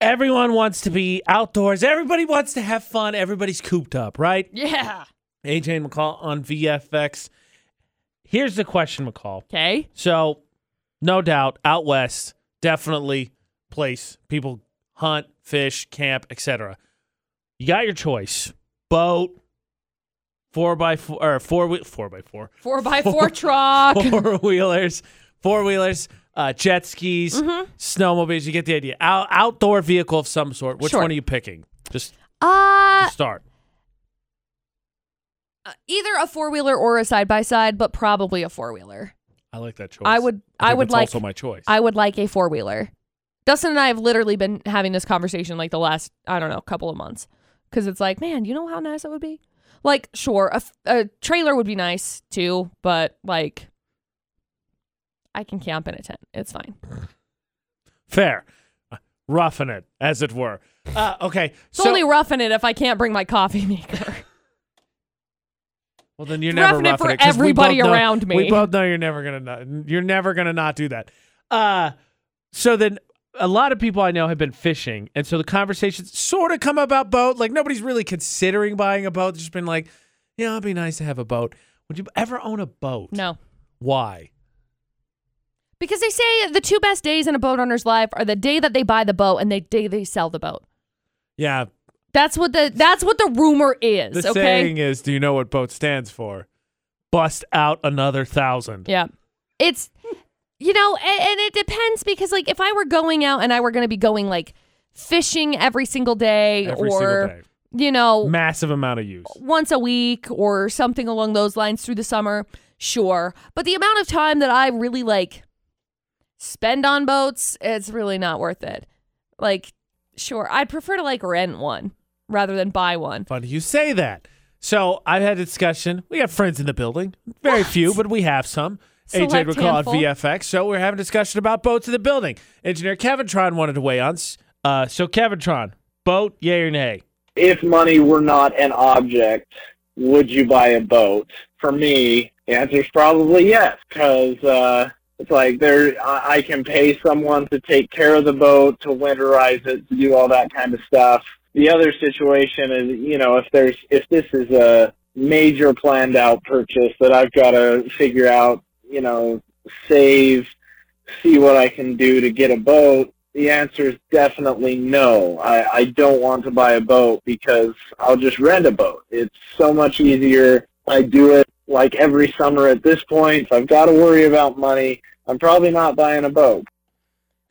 [SPEAKER 1] Everyone wants to be outdoors. Everybody wants to have fun. Everybody's cooped up, right?
[SPEAKER 2] Yeah.
[SPEAKER 1] AJ and McCall on VFX. Here's the question, McCall.
[SPEAKER 2] Okay.
[SPEAKER 1] So, no doubt, out west, definitely place people hunt, fish, camp, etc. You got your choice: boat, four by four, or four wheel, four by four,
[SPEAKER 2] Four by four truck.
[SPEAKER 1] four wheelers, four wheelers, uh, jet skis,
[SPEAKER 2] Mm-hmm.
[SPEAKER 1] snowmobiles. You get the idea. Out- outdoor vehicle of some sort. Which
[SPEAKER 2] Sure.
[SPEAKER 1] one are you picking? Just
[SPEAKER 2] Uh,
[SPEAKER 1] start.
[SPEAKER 2] either a four wheeler or a side by side, but probably a four wheeler.
[SPEAKER 1] I like that choice.
[SPEAKER 2] I would.
[SPEAKER 1] I
[SPEAKER 2] I
[SPEAKER 1] think
[SPEAKER 2] would
[SPEAKER 1] it's
[SPEAKER 2] like.
[SPEAKER 1] also my choice.
[SPEAKER 2] I would like a four wheeler. Dustin and I have literally been having this conversation like the last, I don't know, couple of months. Cause it's like, man, you know how nice that would be? Like, sure, a, f- a trailer would be nice too, but like, I can camp in a tent. It's fine.
[SPEAKER 1] Fair, roughing it, as it were. Uh, okay,
[SPEAKER 2] It's only roughing it if I can't bring my coffee maker.
[SPEAKER 1] Well, then you're
[SPEAKER 2] It's
[SPEAKER 1] never
[SPEAKER 2] roughing it
[SPEAKER 1] roughing
[SPEAKER 2] for
[SPEAKER 1] it 'cause we both
[SPEAKER 2] everybody
[SPEAKER 1] know-
[SPEAKER 2] around me.
[SPEAKER 1] We both know you're never gonna not, you're never gonna not do that. Uh, so then a lot of people I know have been fishing, and so the conversations sort of come about boat. Like nobody's really considering buying a boat. They've just been like, yeah, it'd be nice to have a boat. Would you ever own a boat?
[SPEAKER 2] No.
[SPEAKER 1] Why?
[SPEAKER 2] Because they say the two best days in a boat owner's life are the day that they buy the boat and the day they sell the boat.
[SPEAKER 1] Yeah,
[SPEAKER 2] That's what the that's what the rumor is,
[SPEAKER 1] the
[SPEAKER 2] okay?
[SPEAKER 1] saying is, do you know what boat stands for? Bust out another thousand.
[SPEAKER 2] Yeah. It's, you know, and, and it depends because, like, if I were going out and I were going to be going, like, fishing every single day
[SPEAKER 1] Every
[SPEAKER 2] or,
[SPEAKER 1] single day.
[SPEAKER 2] you know,
[SPEAKER 1] Massive amount of use.
[SPEAKER 2] once a week or something along those lines through the summer, sure. But the amount of time that I really, like, spend on boats, it's really not worth it. Like, sure. I'd prefer to, like, rent one rather than buy one.
[SPEAKER 1] Funny you say that. So I've had a discussion. We have friends in the building. Very few, but we have some. AJ
[SPEAKER 2] Select
[SPEAKER 1] would call it
[SPEAKER 2] handful.
[SPEAKER 1] VFX. So we're having a discussion about boats in the building. Engineer Kevintron wanted to weigh on. s- Uh, so Kevintron, boat, yay or nay?
[SPEAKER 5] if money were not an object, would you buy a boat? For me, the answer is probably yes, because uh, it's like there I, I can pay someone to take care of the boat, to winterize it, to do all that kind of stuff. The other situation is, you know, if there's if this is a major planned out purchase that I've got to figure out, you know, save, see what I can do to get a boat. The answer is definitely no. I, I don't want to buy a boat because I'll just rent a boat. It's so much easier. I do it like every summer at this point. If I've got to worry about money, I'm probably not buying a boat.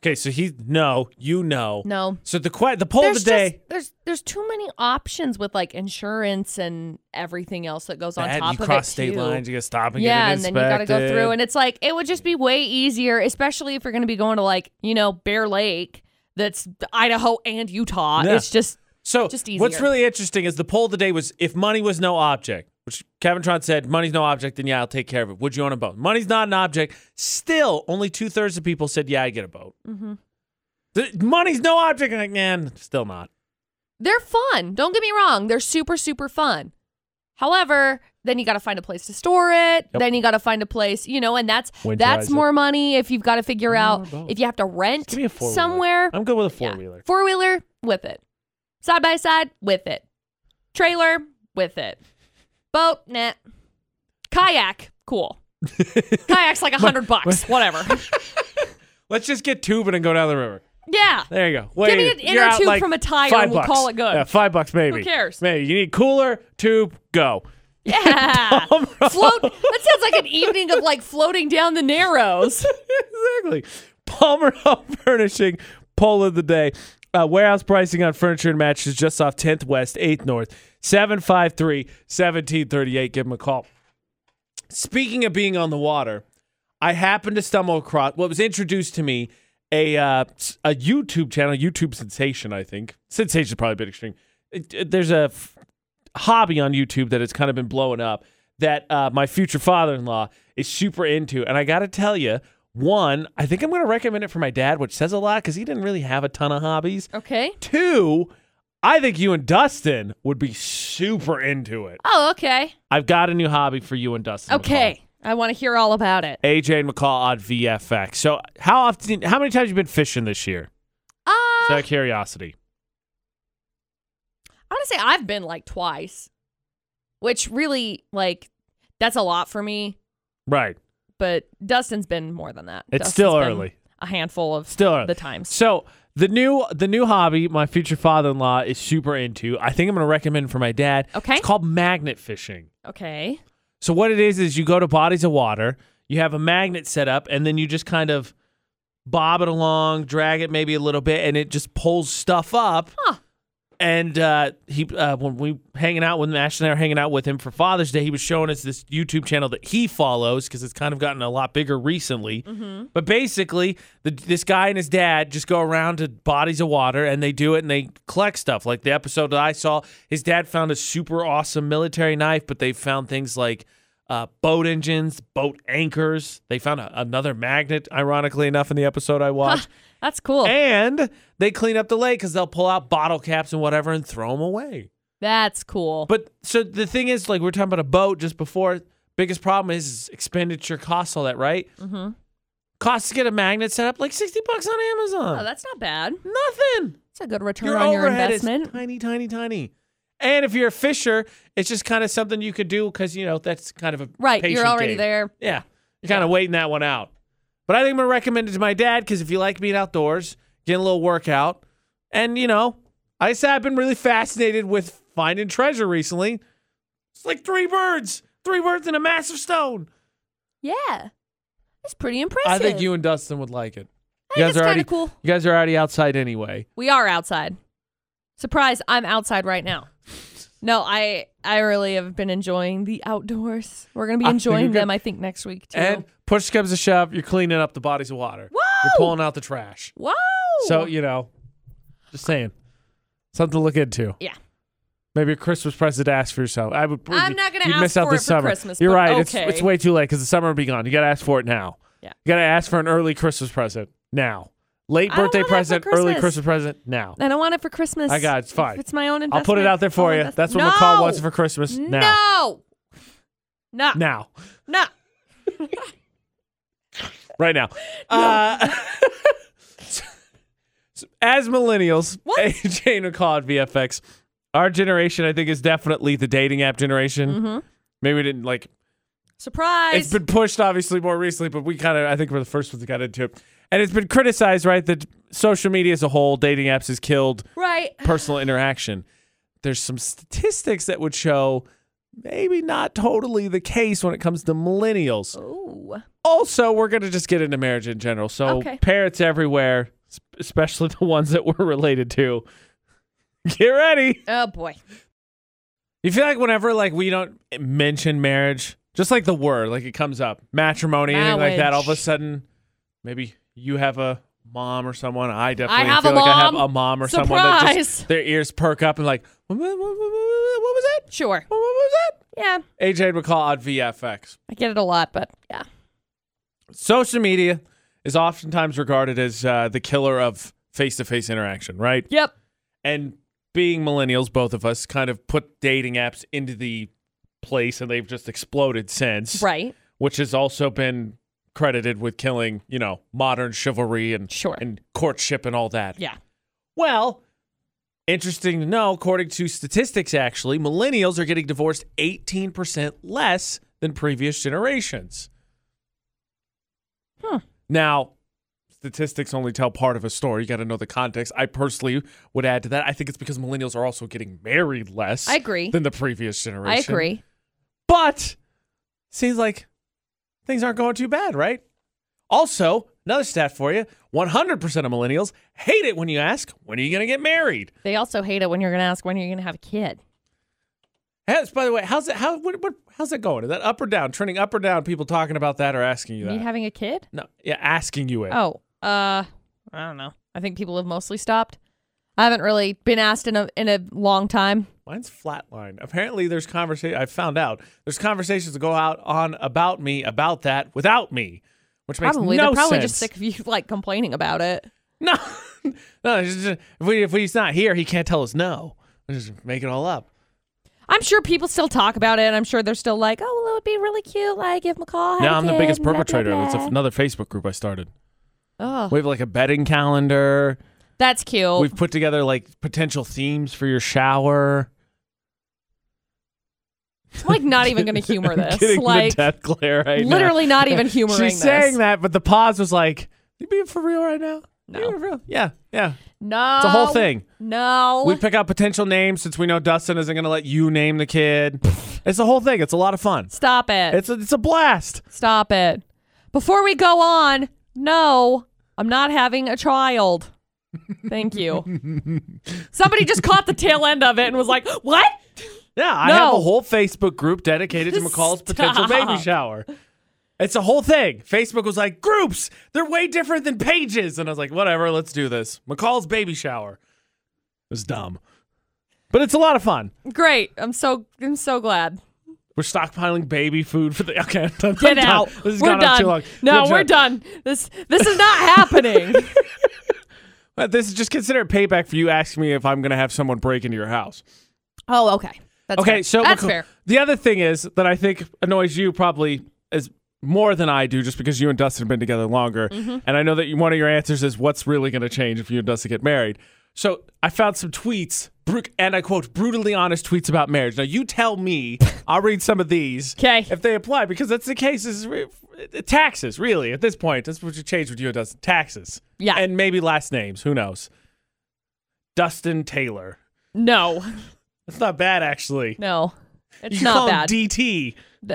[SPEAKER 1] Okay, so he no, you know.
[SPEAKER 2] No.
[SPEAKER 1] So the que- the poll
[SPEAKER 2] there's
[SPEAKER 1] of the day.
[SPEAKER 2] Just, there's there's too many options with like insurance and everything else that goes on
[SPEAKER 1] That,
[SPEAKER 2] top
[SPEAKER 1] you
[SPEAKER 2] of
[SPEAKER 1] cross
[SPEAKER 2] it
[SPEAKER 1] state
[SPEAKER 2] too.
[SPEAKER 1] lines, you get stop and
[SPEAKER 2] yeah,
[SPEAKER 1] get it
[SPEAKER 2] and then you got to go
[SPEAKER 1] inspected.
[SPEAKER 2] through, and it's like it would just be way easier, especially if you're going to be going to like you know Bear Lake, that's Idaho and Utah.
[SPEAKER 1] Yeah.
[SPEAKER 2] It's just
[SPEAKER 1] So
[SPEAKER 2] Just
[SPEAKER 1] what's
[SPEAKER 2] easier.
[SPEAKER 1] really interesting is the poll of the day was if money was no object, which Kevintron said money's no object, then yeah, I'll take care of it. Would you own a boat? Money's not an object. Still, only two thirds of people said yeah, I would get a boat.
[SPEAKER 2] Mhm.
[SPEAKER 1] The- money's no object. And like, man, still not.
[SPEAKER 2] They're fun. Don't get me wrong. They're super, super fun. However, then you got to find a place to store it. Then you got to find a place, you know, and that's
[SPEAKER 1] Winterize
[SPEAKER 2] that's
[SPEAKER 1] it.
[SPEAKER 2] more money if you've got to figure
[SPEAKER 1] No,
[SPEAKER 2] out
[SPEAKER 1] don't.
[SPEAKER 2] if you have to rent
[SPEAKER 1] Give me a four
[SPEAKER 2] somewhere.
[SPEAKER 1] I'm good with a four wheeler.
[SPEAKER 2] Four wheeler, with it. Side by side, with it. Trailer, with it. Boat, nah. Kayak, cool. Kayak's like a hundred bucks, whatever.
[SPEAKER 1] Let's just get tubing and go down the river.
[SPEAKER 2] Yeah.
[SPEAKER 1] There you go.
[SPEAKER 2] Give me an
[SPEAKER 1] you're
[SPEAKER 2] inner
[SPEAKER 1] out
[SPEAKER 2] tube from a tire
[SPEAKER 1] five
[SPEAKER 2] and we'll
[SPEAKER 1] bucks.
[SPEAKER 2] call it good.
[SPEAKER 1] Yeah, five bucks maybe.
[SPEAKER 2] Who cares?
[SPEAKER 1] Maybe you need cooler tube. Go.
[SPEAKER 2] Yeah. Float. That sounds like an evening of like floating down the narrows.
[SPEAKER 1] exactly. Palmer Home Furnishing poll of the day. Uh, warehouse pricing on furniture and mattresses just off 10th West, 8th North, 753 1738. Give them a call. Speaking of being on the water, I happened to stumble across what was introduced to me a uh, s- a YouTube channel, YouTube sensation, I think. Sensation's probably a bit extreme. It- it- there's a f- hobby on YouTube that has kind of been blowing up that uh, my future father in law is super into. And I got to tell you, one, I think I'm going to recommend it for my dad, which says a lot because he didn't really have a ton of hobbies.
[SPEAKER 2] Okay.
[SPEAKER 1] Two, I think you and Dustin would be super into it.
[SPEAKER 2] Oh, okay.
[SPEAKER 1] I've got a new hobby for you and Dustin. McCall.
[SPEAKER 2] Okay. I want to hear all about it.
[SPEAKER 1] AJ and McCall on VFX. So, how often, how many times have you been fishing this year?
[SPEAKER 2] Uh,
[SPEAKER 1] Just out
[SPEAKER 2] I
[SPEAKER 1] of curiosity.
[SPEAKER 2] want to say I've been like twice, which really like that's a lot for me.
[SPEAKER 1] Right.
[SPEAKER 2] But Dustin's been more than that.
[SPEAKER 1] It's
[SPEAKER 2] Dustin's
[SPEAKER 1] still
[SPEAKER 2] been
[SPEAKER 1] early.
[SPEAKER 2] A handful of
[SPEAKER 1] Still early.
[SPEAKER 2] the times.
[SPEAKER 1] So the new the new hobby my future father in law is super into. I think I'm gonna recommend for my dad.
[SPEAKER 2] Okay.
[SPEAKER 1] It's called magnet fishing.
[SPEAKER 2] Okay.
[SPEAKER 1] So what it is is you go to bodies of water, you have a magnet set up, and then you just kind of bob it along, drag it maybe a little bit, and it just pulls stuff up.
[SPEAKER 2] Huh.
[SPEAKER 1] And uh, he uh, when we hanging out with him, Ash and I were hanging out with him for Father's Day, he was showing us this YouTube channel that he follows because it's kind of gotten a lot bigger recently. But basically, the, this guy and his dad just go around to bodies of water and they do it and they collect stuff. Like the episode that I saw, his dad found a super awesome military knife, but they found things like uh, boat engines, boat anchors. They found a, another magnet, ironically enough, in the episode I watched.
[SPEAKER 2] That's cool.
[SPEAKER 1] and they clean up the lake because they'll pull out bottle caps and whatever and throw them away.
[SPEAKER 2] that's cool.
[SPEAKER 1] But so the thing is, like we were talking about a boat just before. Biggest problem is, is expenditure costs all that, right?
[SPEAKER 2] Mhm.
[SPEAKER 1] Costs to get a magnet set up like sixty bucks on
[SPEAKER 2] oh,
[SPEAKER 1] Amazon.
[SPEAKER 2] that's not bad.
[SPEAKER 1] Nothing.
[SPEAKER 2] It's a good return
[SPEAKER 1] Your
[SPEAKER 2] on your
[SPEAKER 1] overhead
[SPEAKER 2] investment.
[SPEAKER 1] is tiny, tiny, tiny. And if you're a fisher, it's just kind of something you could do because you know that's kind of a
[SPEAKER 2] right. You're
[SPEAKER 1] patient
[SPEAKER 2] already
[SPEAKER 1] game.
[SPEAKER 2] there.
[SPEAKER 1] Yeah, you're kind of waiting that one out. But I think I'm gonna recommend it to my dad because if you like being outdoors, getting a little workout, and you know, I said I've been really fascinated with finding treasure recently. It's like three birds, three birds in a massive stone.
[SPEAKER 2] Yeah. That's pretty impressive.
[SPEAKER 1] I think you and Dustin would like it.
[SPEAKER 2] I
[SPEAKER 1] You
[SPEAKER 2] think
[SPEAKER 1] guys
[SPEAKER 2] it's
[SPEAKER 1] are
[SPEAKER 2] kinda
[SPEAKER 1] already
[SPEAKER 2] cool.
[SPEAKER 1] You guys are already outside anyway.
[SPEAKER 2] We are outside. Surprise, I'm outside right now. No, I I really have been enjoying the outdoors. We're gonna be
[SPEAKER 1] I think Ah, you're
[SPEAKER 2] enjoying them,
[SPEAKER 1] good.
[SPEAKER 2] I think, next week too.
[SPEAKER 1] And push comes to shove, you're cleaning up the bodies of water.
[SPEAKER 2] Whoa!
[SPEAKER 1] You're pulling out the trash.
[SPEAKER 2] Whoa!
[SPEAKER 1] So you know, just saying, something to look into.
[SPEAKER 2] Yeah.
[SPEAKER 1] Maybe a Christmas present to ask for yourself. I would.
[SPEAKER 2] I'm not gonna
[SPEAKER 1] you'd
[SPEAKER 2] ask
[SPEAKER 1] miss out
[SPEAKER 2] for
[SPEAKER 1] this
[SPEAKER 2] it for
[SPEAKER 1] summer.
[SPEAKER 2] Christmas,
[SPEAKER 1] You're
[SPEAKER 2] but
[SPEAKER 1] right.
[SPEAKER 2] okay.
[SPEAKER 1] It's it's way too late because the summer will be gone. You got to ask for it now.
[SPEAKER 2] Yeah.
[SPEAKER 1] You got to ask for an early Christmas present now. Late
[SPEAKER 2] I don't
[SPEAKER 1] birthday
[SPEAKER 2] want that for
[SPEAKER 1] present, early
[SPEAKER 2] Christmas.
[SPEAKER 1] Christmas present now.
[SPEAKER 2] I don't want it for Christmas.
[SPEAKER 1] I got it. It's
[SPEAKER 2] If
[SPEAKER 1] fine.
[SPEAKER 2] It's my own
[SPEAKER 1] I'll
[SPEAKER 2] investment.
[SPEAKER 1] put it out there for
[SPEAKER 2] I'll
[SPEAKER 1] you.
[SPEAKER 2] invest-
[SPEAKER 1] That's what
[SPEAKER 2] Oh, no!
[SPEAKER 1] McCall wants for Christmas now.
[SPEAKER 2] No. No. No.
[SPEAKER 1] Now.
[SPEAKER 2] No.
[SPEAKER 1] Right now. Uh, as millennials,
[SPEAKER 2] What?
[SPEAKER 1] AJ and McCall at VFX, our generation, I think, is definitely the dating app generation.
[SPEAKER 2] Mm-hmm.
[SPEAKER 1] Maybe we didn't like
[SPEAKER 2] Surprise.
[SPEAKER 1] it's been pushed obviously more recently, but we kind of I think we're the first ones that got into it. And it's been criticized, right? That social media as a whole, dating apps has killed
[SPEAKER 2] right.
[SPEAKER 1] personal interaction. There's some statistics that would show maybe not totally the case when it comes to millennials.
[SPEAKER 2] Oh.
[SPEAKER 1] Also, we're going to just get into marriage in general. So,
[SPEAKER 2] Okay.
[SPEAKER 1] parents everywhere, s- especially the ones that we're related to, get ready.
[SPEAKER 2] Oh boy.
[SPEAKER 1] You feel like whenever like we don't mention marriage, just like the word, like it comes up, matrimony, anything like that. All of a
[SPEAKER 2] Marriage.
[SPEAKER 1] sudden, maybe you have a mom or someone. I definitely
[SPEAKER 2] have
[SPEAKER 1] feel
[SPEAKER 2] a
[SPEAKER 1] like I have
[SPEAKER 2] mom.
[SPEAKER 1] a mom or someone that
[SPEAKER 2] Surprise.
[SPEAKER 1] just their ears perk up and like, what, what- what- what- what was that?
[SPEAKER 2] Sure.
[SPEAKER 1] What, what was that?
[SPEAKER 2] Yeah.
[SPEAKER 1] AJ would call out VFX.
[SPEAKER 2] I get it a lot, but yeah.
[SPEAKER 1] Social media is oftentimes regarded as uh, the killer of face-to-face interaction, right?
[SPEAKER 2] Yep.
[SPEAKER 1] And being millennials, both of us kind of put dating apps into the place and they've just exploded since.
[SPEAKER 2] Right.
[SPEAKER 1] Which has also been credited with killing, you know, modern chivalry and
[SPEAKER 2] Sure.
[SPEAKER 1] and courtship and all that.
[SPEAKER 2] Yeah.
[SPEAKER 1] Well, interesting to know, according to statistics, actually, millennials are getting divorced 18% less than previous generations.
[SPEAKER 2] Huh.
[SPEAKER 1] Now, statistics only tell part of a story. You got to know the context. I personally would add to that. I think it's because millennials are also getting married less
[SPEAKER 2] I agree.
[SPEAKER 1] than the previous generation.
[SPEAKER 2] I agree.
[SPEAKER 1] But seems like things aren't going too bad, right? Also, another stat for you 100% of millennials hate it when you ask, when are you going to get married?
[SPEAKER 2] They also hate it when you're going to ask when you're going to have a kid.
[SPEAKER 1] How's, by the way, how's it, how, what, what, how's that going? Is that up or down? Trending up or down? People talking about that or asking you
[SPEAKER 2] You
[SPEAKER 1] that?
[SPEAKER 2] need having a kid?
[SPEAKER 1] no, yeah, asking you it.
[SPEAKER 2] Oh, uh, I don't know. I think people have mostly stopped. I haven't really been asked in a in a long time.
[SPEAKER 1] Mine's flatline. Apparently, there's conversation. I found out there's conversations that go out on about me about that without me, which makes
[SPEAKER 2] Probably
[SPEAKER 1] no
[SPEAKER 2] they're probably
[SPEAKER 1] sense.
[SPEAKER 2] just sick of you like complaining about it.
[SPEAKER 1] No, no. it's just- if, we, if he's not here, he can't tell us no. We just make it all up.
[SPEAKER 2] I'm sure people still talk about it. and I'm sure they're still like, oh, well, it would be really cute. Like if McCall had
[SPEAKER 1] now
[SPEAKER 2] a
[SPEAKER 1] I'm the
[SPEAKER 2] kid
[SPEAKER 1] biggest
[SPEAKER 2] and blah, blah,
[SPEAKER 1] perpetrator. of it. It's
[SPEAKER 2] blah."
[SPEAKER 1] another Facebook group I started.
[SPEAKER 2] Oh,
[SPEAKER 1] We have like a betting calendar.
[SPEAKER 2] that's cute.
[SPEAKER 1] We've put together like potential themes for your shower.
[SPEAKER 2] I'm like not even going to humor
[SPEAKER 1] I'm
[SPEAKER 2] this.
[SPEAKER 1] kidding to
[SPEAKER 2] like
[SPEAKER 1] death, Claire. Right now.
[SPEAKER 2] literally not even humoring
[SPEAKER 1] She's
[SPEAKER 2] this.
[SPEAKER 1] saying that, but the pause was like, "You being for real right now?
[SPEAKER 2] No.
[SPEAKER 1] You being for real? Yeah, yeah.
[SPEAKER 2] No.
[SPEAKER 1] It's a whole thing.
[SPEAKER 2] No.
[SPEAKER 1] We pick out potential names since we know Dustin isn't going to let you name the kid. it's the whole thing. It's a lot of fun.
[SPEAKER 2] Stop it.
[SPEAKER 1] It's a, it's a blast.
[SPEAKER 2] Stop it. Before we go on, no, I'm not having a child. Thank you. Somebody just caught the tail end of it and was like, what?
[SPEAKER 1] Yeah, I have
[SPEAKER 2] No.
[SPEAKER 1] a whole Facebook group dedicated to McCall's potential baby
[SPEAKER 2] Stop.
[SPEAKER 1] shower. It's a whole thing. Facebook was like, groups, they're way different than pages. And I was like, whatever, let's do this. McCall's baby shower. It was dumb. But it's a lot of fun.
[SPEAKER 2] Great. I'm so I'm so glad.
[SPEAKER 1] We're stockpiling baby food for the. Okay, I'm done. I'm
[SPEAKER 2] Get
[SPEAKER 1] done.
[SPEAKER 2] out.
[SPEAKER 1] This has
[SPEAKER 2] we're
[SPEAKER 1] gone
[SPEAKER 2] done.
[SPEAKER 1] on too long.
[SPEAKER 2] No,
[SPEAKER 1] Good
[SPEAKER 2] we're
[SPEAKER 1] job.
[SPEAKER 2] done. This this is not happening.
[SPEAKER 1] Uh, This is just consider it payback for you asking me if I'm going to have someone break into your house.
[SPEAKER 2] oh, okay. That's
[SPEAKER 1] okay,
[SPEAKER 2] fair.
[SPEAKER 1] so
[SPEAKER 2] that's
[SPEAKER 1] McCall-
[SPEAKER 2] fair.
[SPEAKER 1] The other thing is that I think annoys you probably as more than I do, just because you and Dustin have been together longer,
[SPEAKER 2] Mm-hmm.
[SPEAKER 1] and I know that you, one of your answers is what's really going to change if you and Dustin get married. So I found some tweets, bru- and I quote brutally honest tweets about marriage. Now you tell me, I'll read some of these,
[SPEAKER 2] 'Kay.
[SPEAKER 1] If they apply, because that's the case. Is re- taxes really at this point? That's what you change with you and Dustin. Taxes,
[SPEAKER 2] Yeah.
[SPEAKER 1] and maybe last names. Who knows? Dustin Taylor.
[SPEAKER 2] No,
[SPEAKER 1] That's not bad, actually.
[SPEAKER 2] no, it's
[SPEAKER 1] you
[SPEAKER 2] not
[SPEAKER 1] call
[SPEAKER 2] bad.
[SPEAKER 1] him DT.
[SPEAKER 2] D-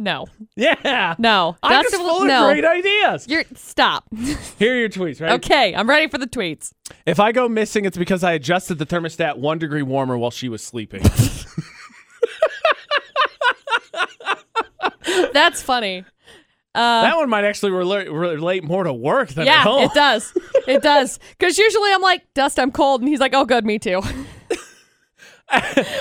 [SPEAKER 2] no,
[SPEAKER 1] Yeah.
[SPEAKER 2] no.
[SPEAKER 1] I'm
[SPEAKER 2] That's
[SPEAKER 1] just full of
[SPEAKER 2] no.
[SPEAKER 1] great ideas.
[SPEAKER 2] You're stop.
[SPEAKER 1] Here are your tweets, right?
[SPEAKER 2] okay, I'm ready for the tweets.
[SPEAKER 1] If I go missing, it's because I adjusted the thermostat one degree warmer while she was sleeping.
[SPEAKER 2] Uh, That's funny.
[SPEAKER 1] that one might actually rela- relate more to work than at
[SPEAKER 2] Yeah,
[SPEAKER 1] home.
[SPEAKER 2] it does. It does. Because usually I'm like, Dust, I'm cold. And he's like, oh, good, me too. we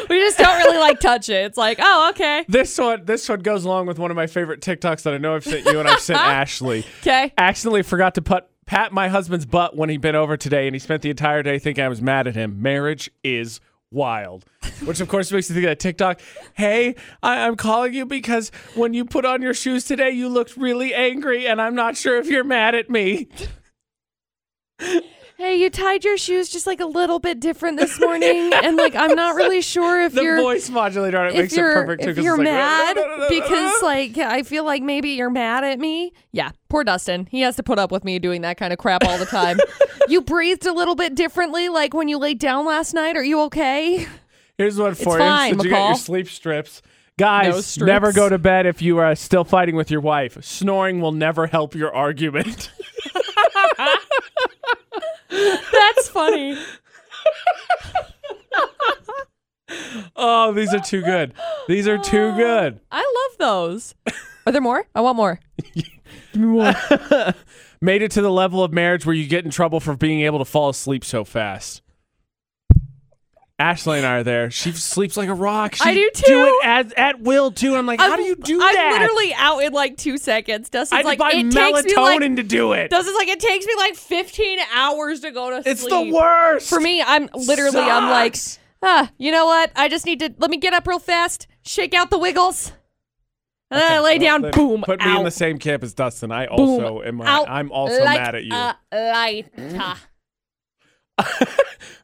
[SPEAKER 2] just don't really like touch it. It's like, oh, okay.
[SPEAKER 1] This one, this one goes along with one of my favorite TikToks that I know I've sent you and I've sent Ashley.
[SPEAKER 2] 'Kay.
[SPEAKER 1] Accidentally forgot to put, pat my husband's butt when he bent over today, and he spent the entire day thinking I was mad at him. Marriage is wild, which of course makes you think of that TikTok. Hey, I, I'm calling you because when you put on your shoes today, you looked really angry, and I'm not sure if you're mad at me.
[SPEAKER 2] Hey, you tied your shoes just like a little bit different this morning. And like, I'm not really sure if
[SPEAKER 1] The
[SPEAKER 2] you're.
[SPEAKER 1] voice modulator on it
[SPEAKER 2] if
[SPEAKER 1] makes it
[SPEAKER 2] you're,
[SPEAKER 1] perfect too.
[SPEAKER 2] if
[SPEAKER 1] 'cause
[SPEAKER 2] you're
[SPEAKER 1] it's like,
[SPEAKER 2] mad
[SPEAKER 1] "Ah."
[SPEAKER 2] because like i feel like maybe you're mad at me yeah poor dustin he has to put up with me doing that kind of crap all the time you breathed a little bit differently like when you laid down last night are you okay
[SPEAKER 1] Here's one for you.
[SPEAKER 2] fine,
[SPEAKER 1] Since you got your
[SPEAKER 2] McCall.
[SPEAKER 1] sleep strips. Guys,
[SPEAKER 2] No strips.
[SPEAKER 1] never go to bed if you are still fighting with your wife. Snoring will never help your argument.
[SPEAKER 2] that's funny
[SPEAKER 1] oh, these are too good. These are too good.
[SPEAKER 2] I love those. Are there more? I want more.
[SPEAKER 1] Made it to the level of marriage where you get in trouble for being able to fall asleep so fast. Ashley and I are there. She sleeps like a rock. She
[SPEAKER 2] I do
[SPEAKER 1] Do
[SPEAKER 2] too.
[SPEAKER 1] it at, at will too. I'm like, how do you do
[SPEAKER 2] I'm
[SPEAKER 1] that?
[SPEAKER 2] literally out in like two seconds.
[SPEAKER 1] I
[SPEAKER 2] Dustin's
[SPEAKER 1] had to
[SPEAKER 2] like,
[SPEAKER 1] buy
[SPEAKER 2] it takes me like,
[SPEAKER 1] melatonin to do it.
[SPEAKER 2] Dustin's like, it takes me like 15 hours to go to
[SPEAKER 1] It's
[SPEAKER 2] sleep.
[SPEAKER 1] the worst.
[SPEAKER 2] For me, I'm literally, I'm like,
[SPEAKER 1] Sucks.
[SPEAKER 2] ah, you know what? I just need to let me get up real fast, shake out the wiggles, and then I lay down.
[SPEAKER 1] Put-
[SPEAKER 2] boom,
[SPEAKER 1] Put me
[SPEAKER 2] out,
[SPEAKER 1] in the same camp as Dustin. I
[SPEAKER 2] boom,
[SPEAKER 1] also am.
[SPEAKER 2] out,
[SPEAKER 1] I, am also
[SPEAKER 2] like uh,
[SPEAKER 1] mad at you.
[SPEAKER 2] A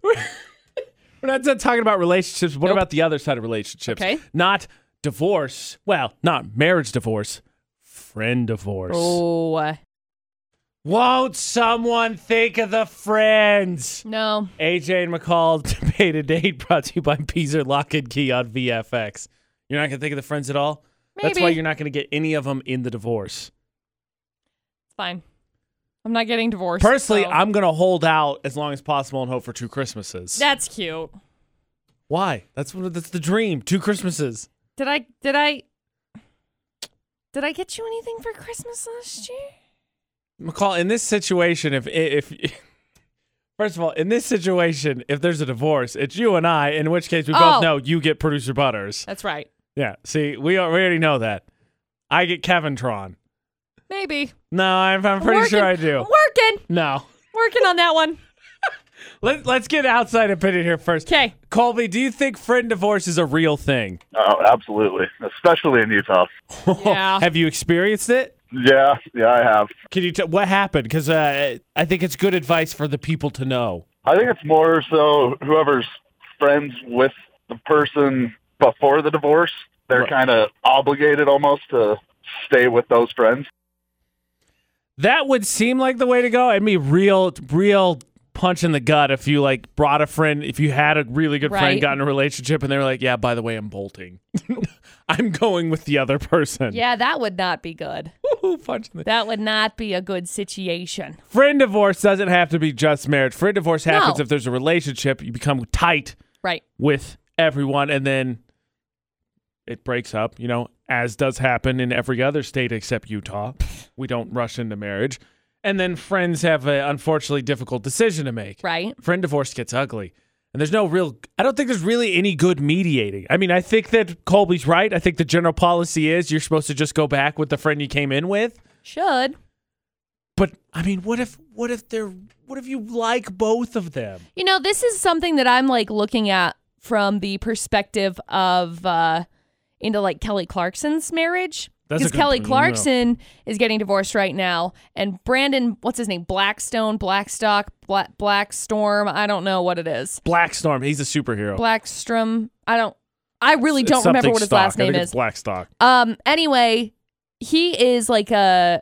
[SPEAKER 2] lighter.
[SPEAKER 1] We're not done talking about relationships. What about the other side of relationships?
[SPEAKER 2] Okay.
[SPEAKER 1] Not divorce. Well, not marriage divorce. Friend divorce.
[SPEAKER 2] oh
[SPEAKER 1] Won't someone think of the friends?
[SPEAKER 2] no!
[SPEAKER 1] AJ and McCall debate a date brought to you by Beezer Lock and Key on VFX. You're not gonna think of the friends at all. That's why
[SPEAKER 2] Maybe.
[SPEAKER 1] you're not gonna get any of them in the divorce.
[SPEAKER 2] It's fine. I'm not getting divorced.
[SPEAKER 1] Personally,
[SPEAKER 2] so-
[SPEAKER 1] I'm gonna hold out as long as possible and hope for two Christmases.
[SPEAKER 2] That's cute.
[SPEAKER 1] why? That's what, that's the dream. Two Christmases.
[SPEAKER 2] Did I? Did I? Did I get you anything for Christmas last year?
[SPEAKER 1] McCall, in this situation, if if first of all, in this situation, if there's a divorce, it's you and I. In which case, we
[SPEAKER 2] Oh.
[SPEAKER 1] both know you get producer Butters.
[SPEAKER 2] That's right.
[SPEAKER 1] Yeah. See, we al- we already know that. I get Kevintron.
[SPEAKER 2] Maybe.
[SPEAKER 1] No, I'm I'm pretty sure I
[SPEAKER 2] Working-
[SPEAKER 1] do.
[SPEAKER 2] I'm working,
[SPEAKER 1] No.
[SPEAKER 2] working on that one.
[SPEAKER 1] Let Let's get outside opinion here first.
[SPEAKER 2] Okay.
[SPEAKER 1] Colby, do you think friend divorce is a real thing?
[SPEAKER 4] Oh, absolutely, especially in Utah.
[SPEAKER 2] Yeah.
[SPEAKER 1] Have you experienced it?
[SPEAKER 4] Yeah, yeah, I have.
[SPEAKER 1] Can you tell what happened? Because uh, I think it's good advice for the people to know.
[SPEAKER 4] I think it's more so whoever's friends with the person before the divorce, they're
[SPEAKER 1] Right.
[SPEAKER 4] kind of obligated almost to stay with those friends.
[SPEAKER 1] That would seem like the way to go. I'd be real, real punch in the gut if you like brought a friend, if you had a really good friend,
[SPEAKER 2] Right.
[SPEAKER 1] got in a relationship, and they were like, "Yeah, by the way, I'm bolting. I'm going with the other person."
[SPEAKER 2] Yeah, that would not be good.
[SPEAKER 1] Woo, punch in the
[SPEAKER 2] That would not be a good situation.
[SPEAKER 1] friend divorce doesn't have to be just marriage. Friend divorce happens
[SPEAKER 2] No.
[SPEAKER 1] if there's a relationship. You become tight
[SPEAKER 2] Right.
[SPEAKER 1] with everyone, and then it breaks up. You know, as does happen in every other state except Utah. we don't rush into marriage. And then friends have an unfortunately difficult decision to make.
[SPEAKER 2] Right.
[SPEAKER 1] friend divorce gets ugly. And there's no real, I don't think there's really any good mediating. I mean, I think that Colby's right. I think the general policy is you're supposed to just go back with the friend you came in with.
[SPEAKER 2] Should.
[SPEAKER 1] But I mean, what if, what if they're, what if you like both of them?
[SPEAKER 2] You know, this is something that I'm like looking at from the perspective of uh into like Kelly Clarkson's marriage.
[SPEAKER 1] That's a
[SPEAKER 2] Because
[SPEAKER 1] good
[SPEAKER 2] Kelly
[SPEAKER 1] point, yeah.
[SPEAKER 2] Clarkson is getting divorced right now, and Brandon, what's his name, Blackstone, Blackstock, Bla- Blackstorm, I don't know what it is,
[SPEAKER 1] Black Storm, he's a superhero.
[SPEAKER 2] Blackstrom, I don't, I
[SPEAKER 1] Oh.
[SPEAKER 2] really
[SPEAKER 1] It's
[SPEAKER 2] don't remember
[SPEAKER 1] something
[SPEAKER 2] what his
[SPEAKER 1] Stock.
[SPEAKER 2] last
[SPEAKER 1] I think
[SPEAKER 2] name
[SPEAKER 1] it's
[SPEAKER 2] is.
[SPEAKER 1] Blackstock.
[SPEAKER 2] Um. Anyway, he is like a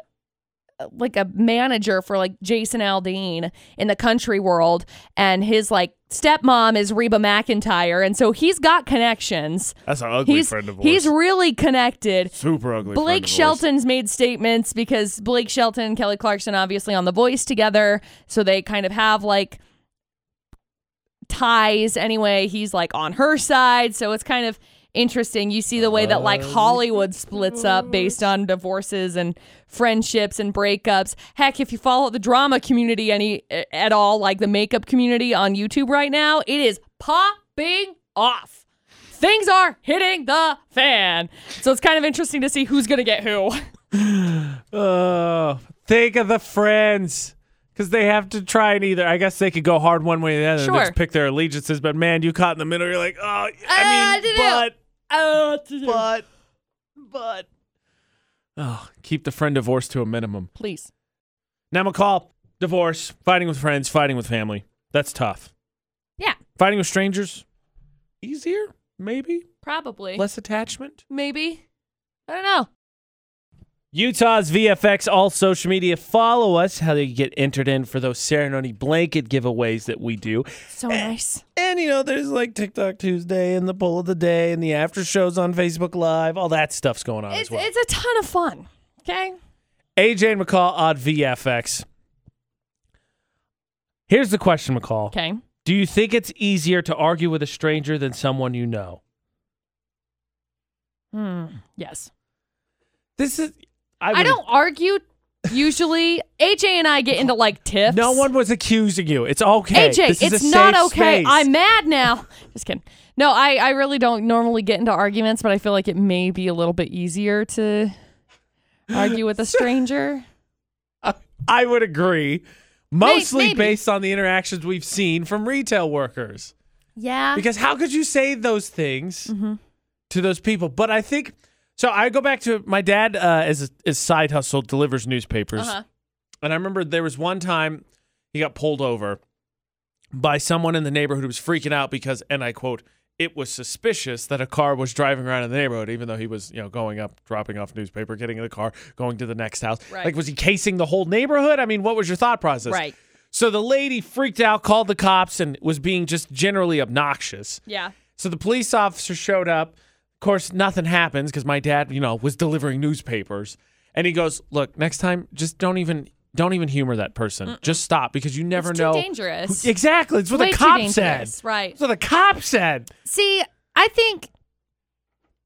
[SPEAKER 2] like a manager for like Jason Aldean in the country world, and his like stepmom is Reba McIntyre, and so he's got connections.
[SPEAKER 1] That's an ugly
[SPEAKER 2] he's
[SPEAKER 1] friend divorce.
[SPEAKER 2] he's really connected.
[SPEAKER 1] super ugly.
[SPEAKER 2] Blake Shelton's made statements because Blake Shelton and Kelly Clarkson obviously on The Voice together, so they kind of have like ties anyway. He's like on her side, so it's kind of interesting. You see the way that like Hollywood splits up based on divorces and friendships and breakups. Heck, if you follow the drama community any eh, at all, like the makeup community on YouTube right now, it is popping off things are hitting the fan. So it's kind of interesting to see who's going to get who.
[SPEAKER 1] Oh, think of the friends. Because they have to try and either, I guess they could go hard one way or the other, and
[SPEAKER 2] Sure. Uh,
[SPEAKER 1] just pick their allegiances. But man, you caught in the middle, you're like, oh, I
[SPEAKER 2] I
[SPEAKER 1] mean, but,
[SPEAKER 2] don't know.
[SPEAKER 1] but, but. Oh, keep the friend divorce to a minimum.
[SPEAKER 2] Please.
[SPEAKER 1] Now, McCall, divorce, fighting with friends, fighting with family. That's tough.
[SPEAKER 2] Yeah,
[SPEAKER 1] Fighting with strangers, easier, maybe.
[SPEAKER 2] probably.
[SPEAKER 1] Less attachment.
[SPEAKER 2] Maybe. I don't know.
[SPEAKER 1] Utah's VFX, all social media. Follow us. How you get entered in for those ceremony blanket giveaways that we do.
[SPEAKER 2] So
[SPEAKER 1] Eh.
[SPEAKER 2] nice.
[SPEAKER 1] And you know, there's like TikTok Tuesday and the poll of the day and the after shows on Facebook Live. All that stuff's going on
[SPEAKER 2] It's,
[SPEAKER 1] as well.
[SPEAKER 2] it's a ton of fun. Okay.
[SPEAKER 1] AJ and McCall on VFX. Here's the question, McCall.
[SPEAKER 2] Okay.
[SPEAKER 1] Do you think it's easier to argue with a stranger than someone you know?
[SPEAKER 2] Hmm. Yes.
[SPEAKER 1] This is
[SPEAKER 2] I,
[SPEAKER 1] would-
[SPEAKER 2] don't argue usually AJ and I get into like tiffs.
[SPEAKER 1] No one was accusing you. It's okay.
[SPEAKER 2] AJ,
[SPEAKER 1] This is
[SPEAKER 2] it's
[SPEAKER 1] a
[SPEAKER 2] not
[SPEAKER 1] safe
[SPEAKER 2] okay.
[SPEAKER 1] space.
[SPEAKER 2] I'm mad now. Just kidding. No, I, I really don't normally get into arguments, but I feel like it may be a little bit easier to argue with a stranger.
[SPEAKER 1] I would agree, mostly
[SPEAKER 2] maybe.
[SPEAKER 1] based on the interactions we've seen from retail workers.
[SPEAKER 2] Yeah. Mm-hmm.
[SPEAKER 1] Because how could you say those things to those people? But I think so. I go back to my dad uh, as as side hustle delivers newspapers,
[SPEAKER 2] Uh-huh.
[SPEAKER 1] and I remember there was one time he got pulled over by someone in the neighborhood who was freaking out because, and I quote, "It was suspicious that a car was driving around in the neighborhood, even though he was you know going up, dropping off newspaper, getting in the car, going to the next house.
[SPEAKER 2] Right.
[SPEAKER 1] Like, was he casing the whole neighborhood? I mean, what was your thought process?
[SPEAKER 2] Right.
[SPEAKER 1] So the lady freaked out, called the cops, and was being just generally obnoxious.
[SPEAKER 2] Yeah.
[SPEAKER 1] So the police officer showed up. Of course, nothing happens because my dad, you know, was delivering newspapers. And he goes, "Look, next time, just don't even, don't even humor that person. Just stop because you never
[SPEAKER 2] It's too
[SPEAKER 1] know."
[SPEAKER 2] dangerous.
[SPEAKER 1] who- exactly. It's what
[SPEAKER 2] Way
[SPEAKER 1] the
[SPEAKER 2] too
[SPEAKER 1] cop said.
[SPEAKER 2] dangerous, right.
[SPEAKER 1] That's what the cop said.
[SPEAKER 2] See, I think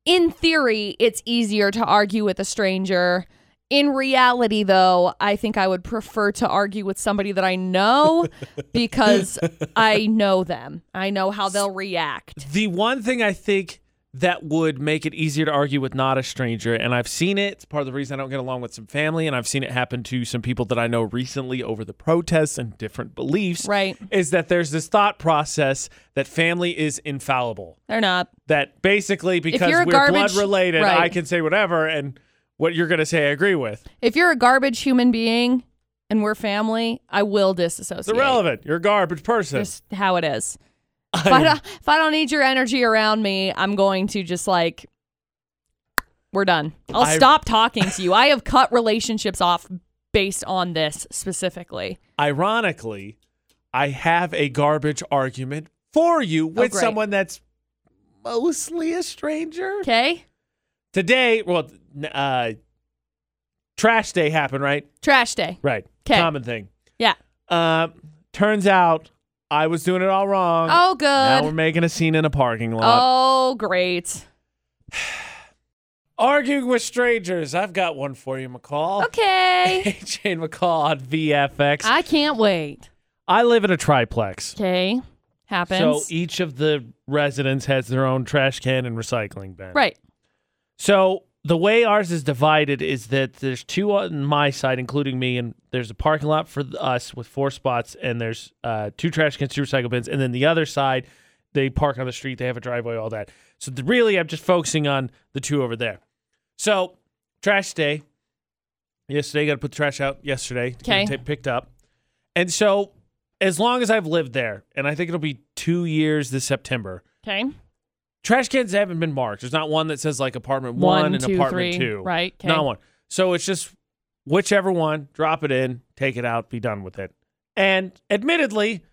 [SPEAKER 2] in theory, it's easier to argue with a stranger. In reality, though, I think I would prefer to argue with somebody that I know because I know them. I know how they'll react.
[SPEAKER 1] The one thing I think that would make it easier to argue with not a stranger, and I've seen it. It's part of the reason I don't get along with some family, and I've seen it happen to some people that I know recently over the protests and different beliefs.
[SPEAKER 2] Right.
[SPEAKER 1] Is that there's this thought process that family is infallible.
[SPEAKER 2] They're not.
[SPEAKER 1] That basically because
[SPEAKER 2] you're
[SPEAKER 1] we're
[SPEAKER 2] a garbage-
[SPEAKER 1] blood related,
[SPEAKER 2] right.
[SPEAKER 1] I can say whatever, and what you're going to say, I agree with.
[SPEAKER 2] If you're a garbage human being and we're family, I will
[SPEAKER 1] It's
[SPEAKER 2] disassociate.
[SPEAKER 1] irrelevant. You're a garbage person.
[SPEAKER 2] Just how it is. If I, don't, if I don't need your energy around me, I'm going to just like, we're done. I'll
[SPEAKER 1] I-
[SPEAKER 2] stop talking to you. I have cut relationships off based on this specifically.
[SPEAKER 1] ironically, I have a garbage argument for you with
[SPEAKER 2] Oh, great.
[SPEAKER 1] someone that's mostly a stranger.
[SPEAKER 2] Okay?
[SPEAKER 1] Today, well, n- uh, trash day happened, right?
[SPEAKER 2] Trash day.
[SPEAKER 1] Right.
[SPEAKER 2] 'Kay.
[SPEAKER 1] Common thing.
[SPEAKER 2] Yeah.
[SPEAKER 1] Uh, turns out I was doing it all wrong.
[SPEAKER 2] Oh,
[SPEAKER 1] Now we're
[SPEAKER 2] good.
[SPEAKER 1] making a scene in a parking lot.
[SPEAKER 2] Oh, great.
[SPEAKER 1] Arguing with strangers. I've got one for you, McCall.
[SPEAKER 2] Okay.
[SPEAKER 1] AJ McCall on VFX. I,
[SPEAKER 2] I can't wait.
[SPEAKER 1] live in a triplex.
[SPEAKER 2] Okay. Happens.
[SPEAKER 1] So e- each of the residents has their own trash can and recycling bin.
[SPEAKER 2] right.
[SPEAKER 1] So the way ours is divided is that there's two on my side, including me, and there's a parking lot for us with four spots, and there's uh, two trash cans, two recycle bins, and then the other side, they park on the street, they have a driveway, all that. So the, really, I'm just focusing on the two over there. So trash day. Yesterday, got to put the trash out yesterday to get it
[SPEAKER 2] Okay.
[SPEAKER 1] ta- picked up. And so, as long as I've lived there, and I think it'll be two years this September,
[SPEAKER 2] Okay.
[SPEAKER 1] trash cans haven't been marked. There's not one that says like apartment one,
[SPEAKER 2] One,
[SPEAKER 1] and
[SPEAKER 2] two,
[SPEAKER 1] apartment
[SPEAKER 2] three.
[SPEAKER 1] two.
[SPEAKER 2] Right, 'kay.
[SPEAKER 1] Not one. So it's just whichever one, drop it in, take it out, be done with it. And admittedly,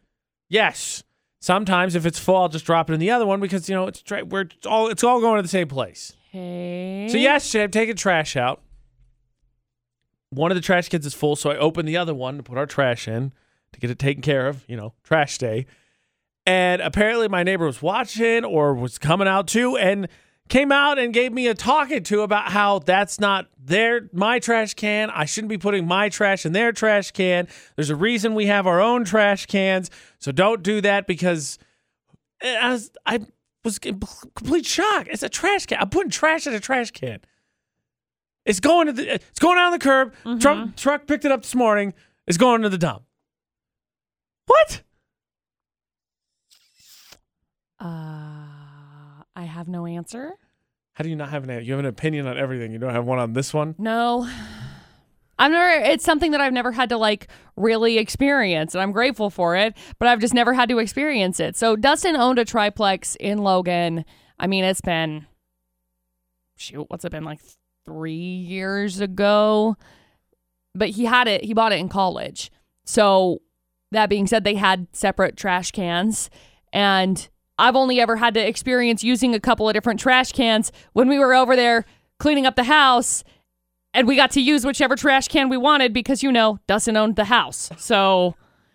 [SPEAKER 1] yes. Sometimes if it's full, I'll just drop it in the other one because you know it's tra- we're it's all it's all going to the same place.
[SPEAKER 2] Okay.
[SPEAKER 1] So yesterday I'm taking trash out. One of the trash cans is full, so I open the other one to put our trash in to get it taken care of, you know, trash day. And apparently my neighbor was watching or was coming out too and came out and gave me a talking to about how that's not their my trash can. I shouldn't be putting my trash in their trash can. There's a reason we have our own trash cans. So don't do that because and I was, I was in complete shock. It's a trash can. I'm putting trash in a trash can. It's going to the. It's going out on the curb. Truck truck picked it up this morning. It's going to the dump. What?
[SPEAKER 2] Uh, I have no answer.
[SPEAKER 1] How do you not have an? You have an opinion on everything. You don't have one on this one.
[SPEAKER 2] No. I've never it's something that I've never had to like really experience and I'm grateful for it, but I've just never had to experience it. So Dustin owned a triplex in Logan. I mean, it's been shoot, what's it been like 3 years ago? But he had it, he bought it in college. So that being said, they had separate trash cans and I've only ever had to experience using a couple of different trash cans when we were over there cleaning up the house and we got to use whichever trash can we wanted because you know Dustin owned the house, so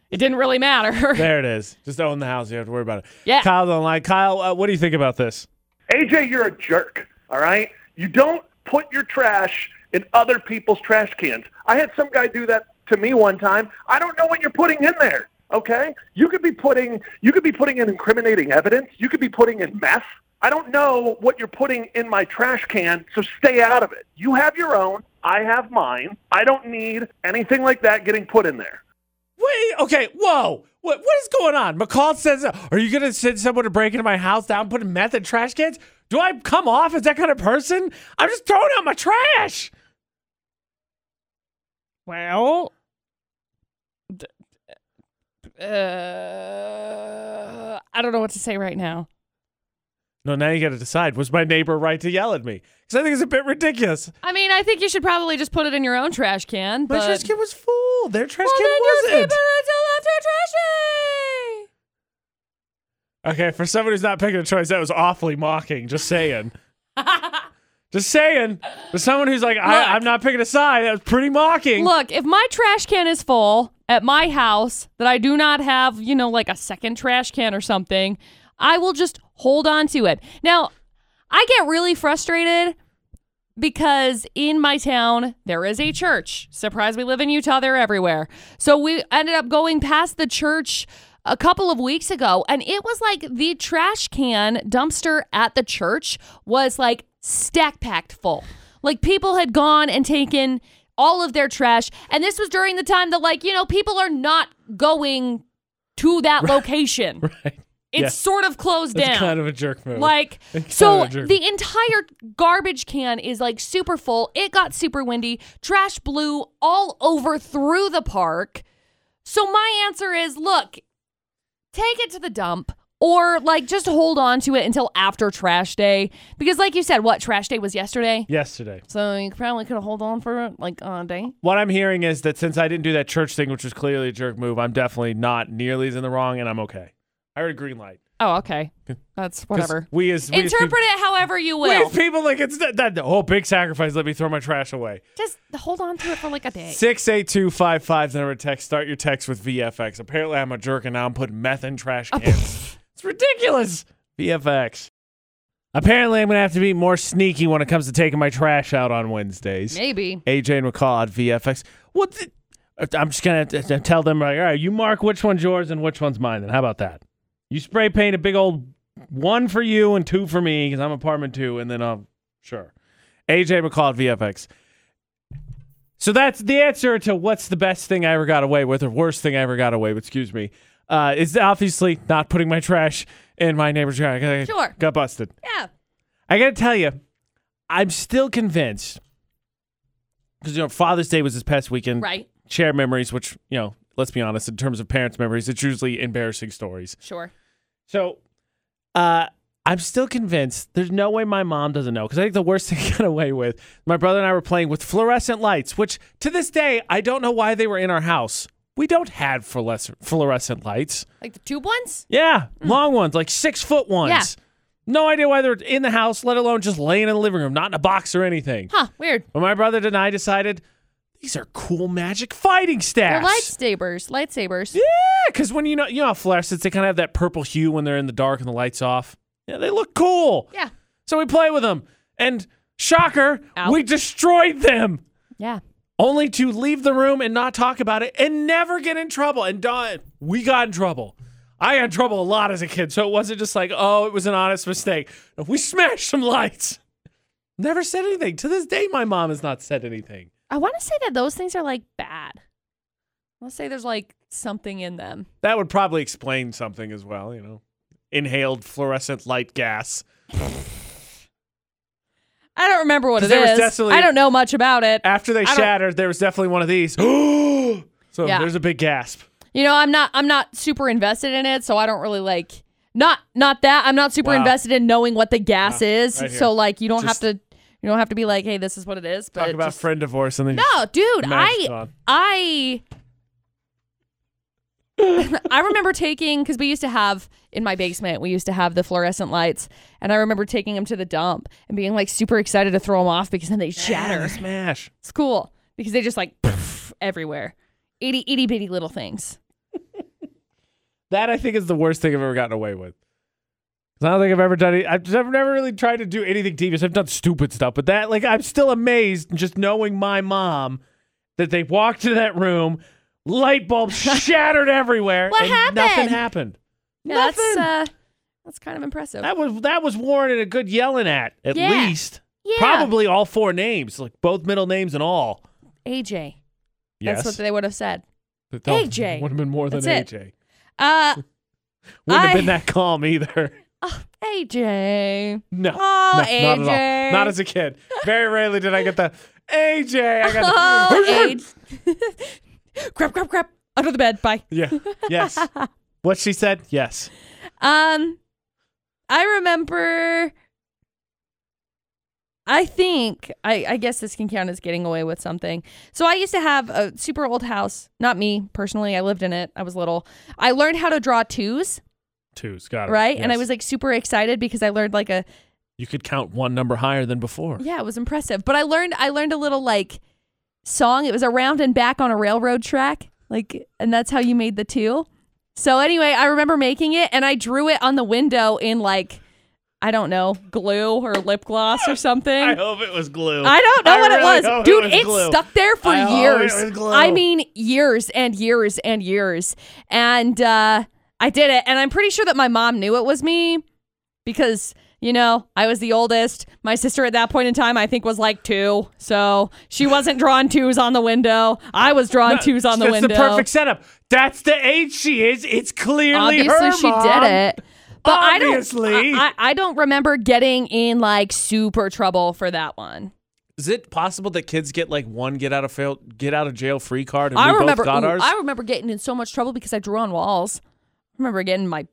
[SPEAKER 2] it didn't really matter.
[SPEAKER 1] There it is. Just own the house. You have to worry about it.
[SPEAKER 2] Yeah.
[SPEAKER 1] Kyle's online. Kyle, uh, what do you think about this?
[SPEAKER 6] AJ, you're a jerk. All right, you don't put your trash in other people's trash cans. I had some guy do that to me one time. I don't know what you're putting in there. Okay, you could be putting you could be putting in incriminating evidence. You could be putting in meth. I don't know what you're putting in my trash can, so stay out of it. You have your own. I have mine. I don't need anything like that getting put in there.
[SPEAKER 1] Wait, okay, whoa. What, what is going on? McCall says, Are you going to send someone to break into my house down, put meth in trash cans? Do I come off as that kind of person? I'm just throwing out my trash.
[SPEAKER 2] Well, d- d- uh, I don't know what to say right now.
[SPEAKER 1] No, now you got to decide was my neighbor right to yell at me? Because I think it's a bit ridiculous.
[SPEAKER 2] I mean, I think you should probably just put it in your own trash can.
[SPEAKER 1] My
[SPEAKER 2] but
[SPEAKER 1] trash can was full. Their trash
[SPEAKER 2] well, then you
[SPEAKER 1] can
[SPEAKER 2] keep it
[SPEAKER 1] wasn't.
[SPEAKER 2] until after trash day.
[SPEAKER 1] Okay, for someone who's not picking a choice, that was awfully mocking. Just saying. just saying. For someone who's like,
[SPEAKER 2] Look.
[SPEAKER 1] I, I'm not picking a side, that was pretty mocking.
[SPEAKER 2] Look, if my trash can is full at my house that I do not have, you know, like a second trash can or something, I will just hold on to it. Now, I get really frustrated because in my town there is a church. Surprise, we live in Utah, they're everywhere. So we ended up going past the church a couple of weeks ago and it was like the trash can dumpster at the church was like stack packed full. Like people had gone and taken all of their trash and this was during the time that like, you know, people are not going to that location.
[SPEAKER 1] Right.
[SPEAKER 2] It's
[SPEAKER 1] Yeah.
[SPEAKER 2] sort of closed
[SPEAKER 1] That's
[SPEAKER 2] down.
[SPEAKER 1] kind of a jerk move.
[SPEAKER 2] Like
[SPEAKER 1] It's
[SPEAKER 2] so
[SPEAKER 1] kind of a jerk.
[SPEAKER 2] the entire garbage can is like super full. It got super windy. Trash blew all over through the park. So my answer is look, take it to the dump or like just hold on to it until after trash day because like you said what trash day was yesterday.
[SPEAKER 1] yesterday.
[SPEAKER 2] So you probably could have hold on for like a day.
[SPEAKER 1] What I'm hearing is that since I didn't do that church thing, which was clearly a jerk move, I'm definitely not nearly as in the wrong, and I'm okay. I heard a green light.
[SPEAKER 2] Oh, okay. That's
[SPEAKER 1] 'Cause
[SPEAKER 2] whatever.
[SPEAKER 1] We as we as peop-
[SPEAKER 2] Interpret it however you
[SPEAKER 1] we
[SPEAKER 2] will.
[SPEAKER 1] as people like it's that, that oh big sacrifice. Let me throw my trash away.
[SPEAKER 2] Just hold on to it for like a day.
[SPEAKER 1] Six eight two five five number text. Start your text with VFX. Apparently I'm a jerk, and now I'm putting meth in trash
[SPEAKER 2] Oh.
[SPEAKER 1] cans. it's ridiculous. VFX. Apparently I'm gonna have to be more sneaky when it comes to taking my trash out on Wednesdays.
[SPEAKER 2] Maybe.
[SPEAKER 1] AJ and McCall at VFX. What? The, I'm just gonna t- t- tell them like, all right, you mark which one's yours and which one's mine. Then how about that? You spray paint a big old one for you and two for me because I'm apartment two, and then I'll sure. AJ McCall at VFX. So that's the answer to what's the best thing I ever got away with, or worst thing I ever got away with. Excuse me. Uh, is obviously not putting my trash in my neighbor's yard. I
[SPEAKER 2] Sure.
[SPEAKER 1] Got busted.
[SPEAKER 2] Yeah.
[SPEAKER 1] I gotta tell you, I'm still convinced because you know Father's Day was this past weekend.
[SPEAKER 2] Right.
[SPEAKER 1] Share memories, which you know, let's be honest, in terms of parents' memories, it's usually embarrassing stories.
[SPEAKER 2] Sure.
[SPEAKER 1] So, uh, I'm still convinced there's no way my mom doesn't know because I think the worst thing I got away with, my brother and I were playing with fluorescent lights, which to this day I don't know why they were in our house. We don't have fluores- fluorescent lights.
[SPEAKER 2] Like the tube ones?
[SPEAKER 1] Yeah, long ones, like six foot ones.
[SPEAKER 2] Mm. Yeah.
[SPEAKER 1] No idea why they're in the house, let alone just laying in the living room, not in a box or anything.
[SPEAKER 2] Huh, weird.
[SPEAKER 1] But my brother and I decided these are cool magic fighting
[SPEAKER 2] They're
[SPEAKER 1] staffs.
[SPEAKER 2] lightsabers. Lightsabers.
[SPEAKER 1] Yeah, because when you know you know how fluorescents, they kind of have that purple hue when they're in the dark and the lights off. Yeah, they look cool.
[SPEAKER 2] Yeah.
[SPEAKER 1] So we play with them, and shocker,
[SPEAKER 2] Ow.
[SPEAKER 1] we destroyed them.
[SPEAKER 2] Yeah.
[SPEAKER 1] Only to leave the room and not talk about it and never get in trouble. And Don, we got in trouble. I got in trouble a lot as a kid, so it wasn't just like, oh, it was an honest mistake. No, we smashed some lights. Never said anything. To this day, my mom has not said anything.
[SPEAKER 2] I want to say that those things are like bad. Let's say there's like something in them.
[SPEAKER 1] That would probably explain something as well, you know. Inhaled fluorescent light gas.
[SPEAKER 2] I don't remember what
[SPEAKER 1] 'Cause
[SPEAKER 2] it
[SPEAKER 1] they were
[SPEAKER 2] is.
[SPEAKER 1] definitely-
[SPEAKER 2] I don't know much about it.
[SPEAKER 1] After they
[SPEAKER 2] don't-
[SPEAKER 1] shattered, there was definitely one of these. so
[SPEAKER 2] Yeah.
[SPEAKER 1] there's a big gasp.
[SPEAKER 2] You know, I'm not I'm not super invested in it, so I don't really like not not that. I'm not super
[SPEAKER 1] Wow.
[SPEAKER 2] invested in knowing what the gas is.
[SPEAKER 1] right here.
[SPEAKER 2] so like you don't
[SPEAKER 1] Just-
[SPEAKER 2] have to you don't have to be like, "Hey, this is what it is." But
[SPEAKER 1] Talk about
[SPEAKER 2] just-
[SPEAKER 1] friend divorce and then
[SPEAKER 2] No, dude,
[SPEAKER 1] Magic's
[SPEAKER 2] I
[SPEAKER 1] gone.
[SPEAKER 2] I I remember taking because we used to have in my basement we used to have the fluorescent lights, and I remember taking them to the dump and being like super excited to throw them off because then they
[SPEAKER 1] Yeah,
[SPEAKER 2] shatter.
[SPEAKER 1] smash.
[SPEAKER 2] It's cool because they just like poof, everywhere, itty itty bitty little things.
[SPEAKER 1] That I think is the worst thing I've ever gotten away with. I don't think I've ever done it. I've never, never really tried to do anything devious. I've done stupid stuff, but that, like, I'm still amazed just knowing my mom that they walked to that room, light bulbs shattered everywhere,
[SPEAKER 2] What
[SPEAKER 1] and nothing
[SPEAKER 2] happened?
[SPEAKER 1] happened.
[SPEAKER 2] Yeah,
[SPEAKER 1] nothing.
[SPEAKER 2] that's uh, that's kind of impressive.
[SPEAKER 1] that was that was warranted a good yelling at, at
[SPEAKER 2] Yeah.
[SPEAKER 1] least.
[SPEAKER 2] yeah,
[SPEAKER 1] Probably all four names, like both middle names and all.
[SPEAKER 2] AJ.
[SPEAKER 1] Yes,
[SPEAKER 2] That's what they would have said.
[SPEAKER 1] But that
[SPEAKER 2] AJ.
[SPEAKER 1] would have been more than
[SPEAKER 2] That's
[SPEAKER 1] AJ.
[SPEAKER 2] Uh,
[SPEAKER 1] Wouldn't have been
[SPEAKER 2] I-
[SPEAKER 1] that calm either.
[SPEAKER 2] oh, AJ.
[SPEAKER 1] No,
[SPEAKER 2] Oh,
[SPEAKER 1] no, not at all.
[SPEAKER 2] AJ.
[SPEAKER 1] Not as a kid. Very rarely did I get the AJ. I got
[SPEAKER 2] Oh,
[SPEAKER 1] the,
[SPEAKER 2] AJ. crap, crap, crap. Under the bed. Bye.
[SPEAKER 1] Yeah. Yes. what she said? Yes.
[SPEAKER 2] Um, I remember. I think I, I guess this can count as getting away with something. So I used to have a super old house. Not me personally. I lived in it. I was little. I learned how to draw twos,
[SPEAKER 1] Two's got it.
[SPEAKER 2] right? And I
[SPEAKER 1] Oh, Yes.
[SPEAKER 2] was like super excited because I learned like a
[SPEAKER 1] You could count one number higher than before.
[SPEAKER 2] yeah, it was impressive. But I learned I learned a little like song. It was around and back on a railroad track, like, and that's how you made the two. So anyway, I remember making it, and I drew it on the window in like I don't know glue or lip gloss or something.
[SPEAKER 1] I
[SPEAKER 2] I,
[SPEAKER 1] hope it was glue.
[SPEAKER 2] don't know
[SPEAKER 1] I
[SPEAKER 2] what
[SPEAKER 1] really
[SPEAKER 2] it was,
[SPEAKER 1] hope
[SPEAKER 2] dude.
[SPEAKER 1] was
[SPEAKER 2] It,
[SPEAKER 1] glue.
[SPEAKER 2] stuck there for
[SPEAKER 1] I hope it
[SPEAKER 2] years.
[SPEAKER 1] was glue.
[SPEAKER 2] I mean, years and years and years, and uh, I did it, and I'm pretty sure that my mom knew it was me because you know I was the oldest. My sister at that point in time I think was like two, so she wasn't drawing twos on the window. I was drawing twos on the
[SPEAKER 1] That's
[SPEAKER 2] window.
[SPEAKER 1] the perfect setup. That's the age she is. It's clearly
[SPEAKER 2] Obviously,
[SPEAKER 1] her
[SPEAKER 2] she
[SPEAKER 1] mom.
[SPEAKER 2] did it. But
[SPEAKER 1] Obviously.
[SPEAKER 2] I don't. I- I, I don't remember getting in like super trouble for that one.
[SPEAKER 1] Is it possible that kids get like one get out of fail, get out of jail free card? And
[SPEAKER 2] I
[SPEAKER 1] we
[SPEAKER 2] remember.
[SPEAKER 1] both got
[SPEAKER 2] ooh,
[SPEAKER 1] ours.
[SPEAKER 2] I remember getting in so much trouble because I drew on walls. I remember getting my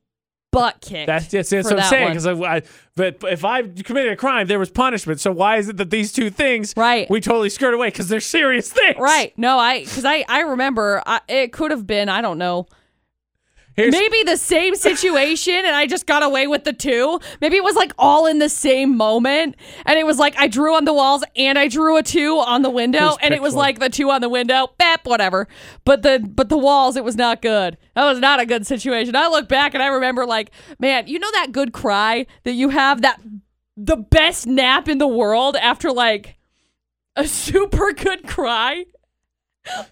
[SPEAKER 2] butt kicked.
[SPEAKER 1] That's yes, that's
[SPEAKER 2] for
[SPEAKER 1] what I'm
[SPEAKER 2] that
[SPEAKER 1] saying.
[SPEAKER 2] one.
[SPEAKER 1] Because I, but if I committed a crime, there was punishment. So why is it that these two things,
[SPEAKER 2] Right.
[SPEAKER 1] We totally skirt away because they're serious things,
[SPEAKER 2] Right. No, I because I I remember I, it could have been I don't know
[SPEAKER 1] Here's,
[SPEAKER 2] maybe the same situation and I just got away with the two. Maybe it was like all in the same moment and it was like I drew on the walls and I drew a two on the window
[SPEAKER 1] Just
[SPEAKER 2] and it
[SPEAKER 1] pick
[SPEAKER 2] was
[SPEAKER 1] one.
[SPEAKER 2] like the two on the window, bap, whatever. But the but the walls it was not good. That was not a good situation. I look back and I remember like man, you know that good cry that you have that the best nap in the world after like a super good cry.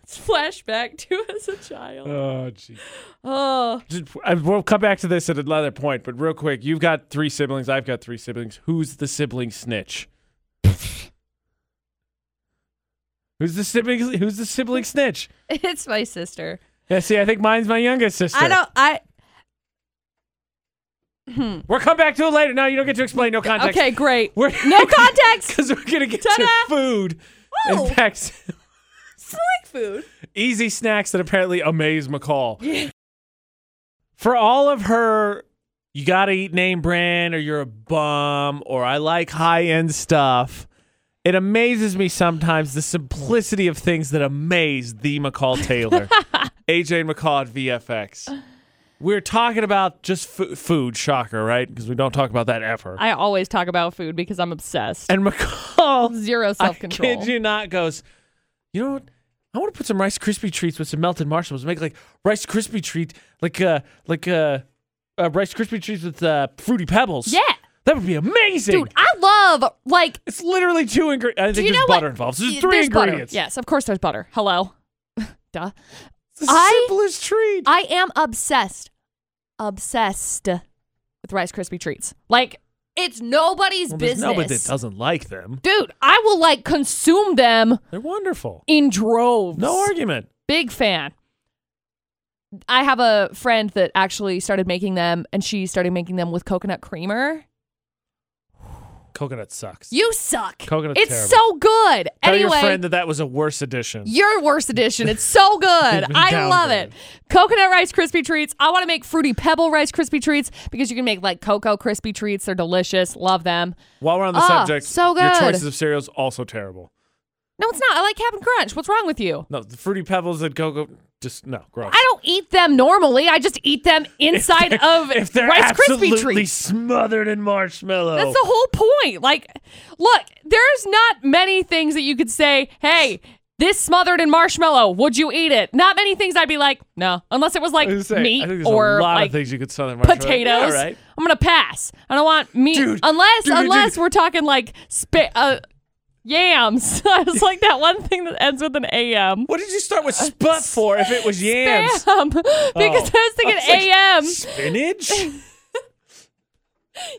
[SPEAKER 2] It's flashback to as a child.
[SPEAKER 1] Oh, gee.
[SPEAKER 2] Oh.
[SPEAKER 1] Just- I- We'll come back to this at another point, but real quick, you've got three siblings. I've got three siblings. Who's the sibling snitch? who's the sibling? Who's the sibling snitch?
[SPEAKER 2] It's my sister.
[SPEAKER 1] Yeah, see, I think mine's my youngest sister.
[SPEAKER 2] I don't. I
[SPEAKER 1] We'll come back to it later. No, you don't get to explain. No context.
[SPEAKER 2] okay. Great.
[SPEAKER 1] We're-
[SPEAKER 2] no context.
[SPEAKER 1] because we're gonna get
[SPEAKER 2] Ta-da!
[SPEAKER 1] to food.
[SPEAKER 2] Whoa.
[SPEAKER 1] In fact,
[SPEAKER 2] like food.
[SPEAKER 1] easy snacks that apparently amaze McCall. For all of her, you gotta eat name brand, or you're a bum, or I like high end stuff. It amazes me sometimes the simplicity of things that amaze the McCall Taylor, AJ McCall at VFX. We're talking about just fu- food, shocker, right? Because we don't talk about that ever.
[SPEAKER 2] I always talk about food because I'm obsessed.
[SPEAKER 1] and McCall
[SPEAKER 2] Zero self
[SPEAKER 1] I
[SPEAKER 2] control.
[SPEAKER 1] kid you not, goes, you know what? I want to put some Rice Krispie treats with some melted marshmallows. Make like Rice Krispie treat, like uh, like uh, uh Rice Krispie treats with uh, fruity pebbles.
[SPEAKER 2] Yeah,
[SPEAKER 1] that would be amazing.
[SPEAKER 2] dude. I love like.
[SPEAKER 1] it's literally two ingredients. I think
[SPEAKER 2] you
[SPEAKER 1] there's
[SPEAKER 2] know what?
[SPEAKER 1] butter involved. So there's
[SPEAKER 2] y-
[SPEAKER 1] three
[SPEAKER 2] butter.
[SPEAKER 1] ingredients.
[SPEAKER 2] Yes, of course there's butter. Hello. Duh.
[SPEAKER 1] It's the
[SPEAKER 2] I-
[SPEAKER 1] simplest treat.
[SPEAKER 2] I am obsessed, obsessed with Rice Krispie treats. Like it's nobody's
[SPEAKER 1] well, there's
[SPEAKER 2] business.
[SPEAKER 1] nobody that doesn't like them.
[SPEAKER 2] Dude, I will like consume them
[SPEAKER 1] They're wonderful.
[SPEAKER 2] in droves.
[SPEAKER 1] No argument.
[SPEAKER 2] Big fan. I have a friend that actually started making them, and she started making them with coconut creamer.
[SPEAKER 1] Coconut sucks.
[SPEAKER 2] You suck.
[SPEAKER 1] Coconut's
[SPEAKER 2] It's
[SPEAKER 1] terrible.
[SPEAKER 2] so good.
[SPEAKER 1] Tell
[SPEAKER 2] anyway,
[SPEAKER 1] your friend that that was a worse addition.
[SPEAKER 2] your worst edition. It's so good. I love
[SPEAKER 1] Downgraded.
[SPEAKER 2] it. Coconut Rice Krispie treats. I want to make fruity pebble Rice Krispie treats because you can make like cocoa crispy treats. They're delicious. Love them.
[SPEAKER 1] While we're on the
[SPEAKER 2] Ah,
[SPEAKER 1] subject,
[SPEAKER 2] so
[SPEAKER 1] your
[SPEAKER 2] good.
[SPEAKER 1] choices of cereals also terrible.
[SPEAKER 2] No, it's not. I like Cap'n Crunch. What's wrong with you?
[SPEAKER 1] No, the fruity pebbles and cocoa just no, gross.
[SPEAKER 2] I don't eat them normally. I just eat them inside of
[SPEAKER 1] if they're
[SPEAKER 2] Rice
[SPEAKER 1] absolutely
[SPEAKER 2] Krispie treats.
[SPEAKER 1] smothered in marshmallow.
[SPEAKER 2] That's the whole point. Like, look, there's not many things that you could say, hey, this smothered in marshmallow. Would you eat it? Not many things I'd be like, no, unless it was like
[SPEAKER 1] I was gonna say, I think
[SPEAKER 2] meat
[SPEAKER 1] there's
[SPEAKER 2] or
[SPEAKER 1] a lot
[SPEAKER 2] like
[SPEAKER 1] of things you could sell in
[SPEAKER 2] potatoes.
[SPEAKER 1] All right.
[SPEAKER 2] I'm gonna pass. I don't want meat unless
[SPEAKER 1] dude,
[SPEAKER 2] unless we're talking like spa- uh, yams. I was like that one thing that ends with an am.
[SPEAKER 1] What did you start
[SPEAKER 2] Uh,
[SPEAKER 1] with sput for if it was yams? Oh.
[SPEAKER 2] Spam, because I was thinking
[SPEAKER 1] was like,
[SPEAKER 2] am.
[SPEAKER 1] Spinach?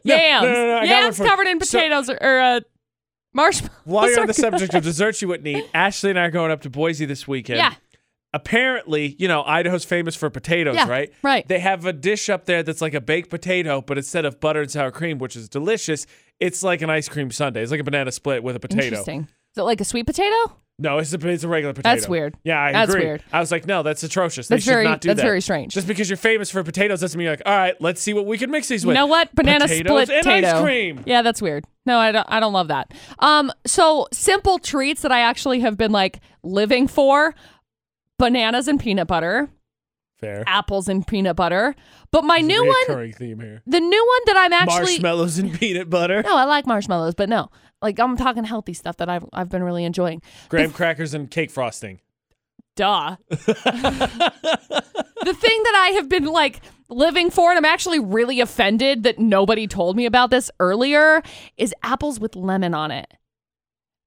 [SPEAKER 1] no,
[SPEAKER 2] yams.
[SPEAKER 1] no, no, I got
[SPEAKER 2] yams
[SPEAKER 1] one for you.
[SPEAKER 2] covered in
[SPEAKER 1] So-
[SPEAKER 2] potatoes or, or uh, marshmallows.
[SPEAKER 1] While you're on
[SPEAKER 2] are
[SPEAKER 1] the subject
[SPEAKER 2] good.
[SPEAKER 1] of desserts you wouldn't eat, Ashley and I are going up to Boise this weekend.
[SPEAKER 2] yeah,
[SPEAKER 1] Apparently, you know, Idaho's famous for potatoes,
[SPEAKER 2] Yeah,
[SPEAKER 1] right?
[SPEAKER 2] right.
[SPEAKER 1] They have a dish up there that's like a baked potato, but instead of butter and sour cream, which is delicious, it's like an ice cream sundae. It's like a banana split with a potato.
[SPEAKER 2] interesting. Is it like a sweet potato?
[SPEAKER 1] No, it's a, it's a regular potato.
[SPEAKER 2] That's weird.
[SPEAKER 1] Yeah, I
[SPEAKER 2] That's
[SPEAKER 1] agree.
[SPEAKER 2] weird.
[SPEAKER 1] I was like, no, that's atrocious.
[SPEAKER 2] That's
[SPEAKER 1] they should
[SPEAKER 2] very-
[SPEAKER 1] not do
[SPEAKER 2] that's
[SPEAKER 1] that.
[SPEAKER 2] very strange.
[SPEAKER 1] Just because you're famous for potatoes doesn't mean you're like, all right, let's see what we can mix these
[SPEAKER 2] You
[SPEAKER 1] with.
[SPEAKER 2] know what? Banana
[SPEAKER 1] Potatoes
[SPEAKER 2] split
[SPEAKER 1] and ice
[SPEAKER 2] potato.
[SPEAKER 1] cream.
[SPEAKER 2] Yeah, that's weird. No, I don't. I don't love that. Um, so simple treats that I actually have been like living for: bananas and peanut butter,
[SPEAKER 1] Fair.
[SPEAKER 2] apples and peanut butter. But my new one,
[SPEAKER 1] Recurring theme here.
[SPEAKER 2] the new one that I'm actually
[SPEAKER 1] Marshmallows and peanut butter.
[SPEAKER 2] no, I like marshmallows, but no, like I'm talking healthy stuff that I've I've been really enjoying.
[SPEAKER 1] Graham crackers and cake frosting.
[SPEAKER 2] duh. the thing that I have been like living for, and I'm actually really offended that nobody told me about this earlier, is apples with lemon on it.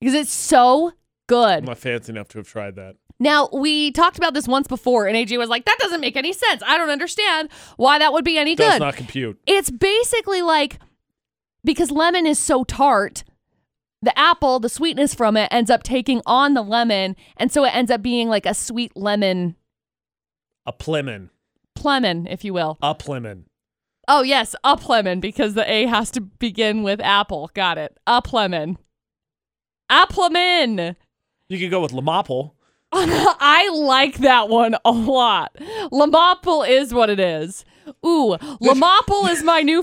[SPEAKER 2] Because it's so
[SPEAKER 1] I'm
[SPEAKER 2] good.
[SPEAKER 1] not fancy enough to have tried that.
[SPEAKER 2] Now, we talked about this once before, and AJ was like, that doesn't make any sense. I don't understand why that would be any
[SPEAKER 1] Does
[SPEAKER 2] good.
[SPEAKER 1] not compute.
[SPEAKER 2] It's basically like because lemon is so tart, the apple, the sweetness from it ends up taking on the lemon, and so it ends up being like a sweet lemon
[SPEAKER 1] A plemon.
[SPEAKER 2] plemon, if you will.
[SPEAKER 1] A plemon.
[SPEAKER 2] Oh yes, a plemon because the A has to begin with apple. Got it. A plemon. A plemon.
[SPEAKER 1] You could go with Lamopple.
[SPEAKER 2] I like that one a lot. Lamopple is what it is. Ooh, Lamopple is my new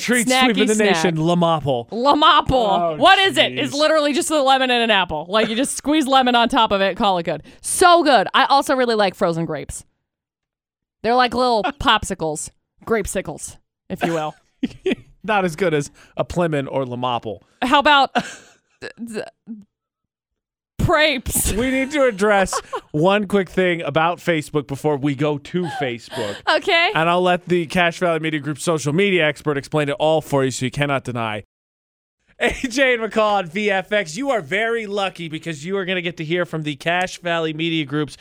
[SPEAKER 1] the treat
[SPEAKER 2] snacky
[SPEAKER 1] sweep of the
[SPEAKER 2] snack.
[SPEAKER 1] nation, Lamopple.
[SPEAKER 2] Lamopple.
[SPEAKER 1] Oh,
[SPEAKER 2] what is it? It's
[SPEAKER 1] jeez.
[SPEAKER 2] literally just a lemon and an apple. Like you just squeeze lemon on top of it, call it good. So good. I also really like frozen grapes. They're like little popsicles, grapesicles, if you will.
[SPEAKER 1] Not as good as a plemon or Lamopple.
[SPEAKER 2] How about th- th- prapes?
[SPEAKER 1] We need to address one quick thing about Facebook before we go to Facebook.
[SPEAKER 2] Okay.
[SPEAKER 1] And I'll let the Cash Valley Media Group social media expert explain it all for you so you cannot deny. AJ and McCall on VFX, you are very lucky because you are going to get to hear from the Cash Valley Media Group's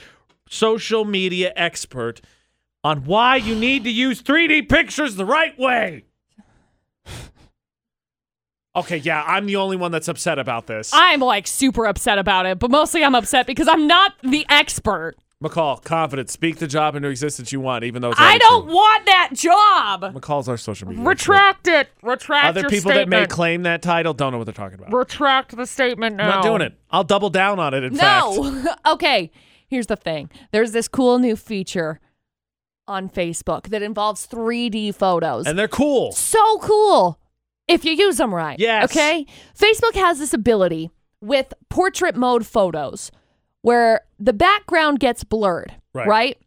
[SPEAKER 1] social media expert on why you need to use 3D pictures the right way. Okay, yeah, I'm the only one that's upset about this.
[SPEAKER 2] I'm like super upset about it, but mostly I'm upset because I'm not the expert.
[SPEAKER 1] McCall, confident, speak the job into existence you want, even though it's
[SPEAKER 2] I
[SPEAKER 1] already
[SPEAKER 2] don't
[SPEAKER 1] true.
[SPEAKER 2] want that job.
[SPEAKER 1] McCall's our social media. expert.
[SPEAKER 2] Retract it. Retract
[SPEAKER 1] Other
[SPEAKER 2] your
[SPEAKER 1] people
[SPEAKER 2] statement.
[SPEAKER 1] that may claim that title don't know what they're talking about.
[SPEAKER 2] Retract the statement now.
[SPEAKER 1] I'm not doing it. I'll double down on it. In fact,
[SPEAKER 2] No. okay. Here's the thing there's this cool new feature on Facebook that involves 3D photos.
[SPEAKER 1] and they're cool.
[SPEAKER 2] so cool if you use them right.
[SPEAKER 1] Yes.
[SPEAKER 2] Okay. Facebook has this ability with portrait mode photos where the background gets blurred,
[SPEAKER 1] Right.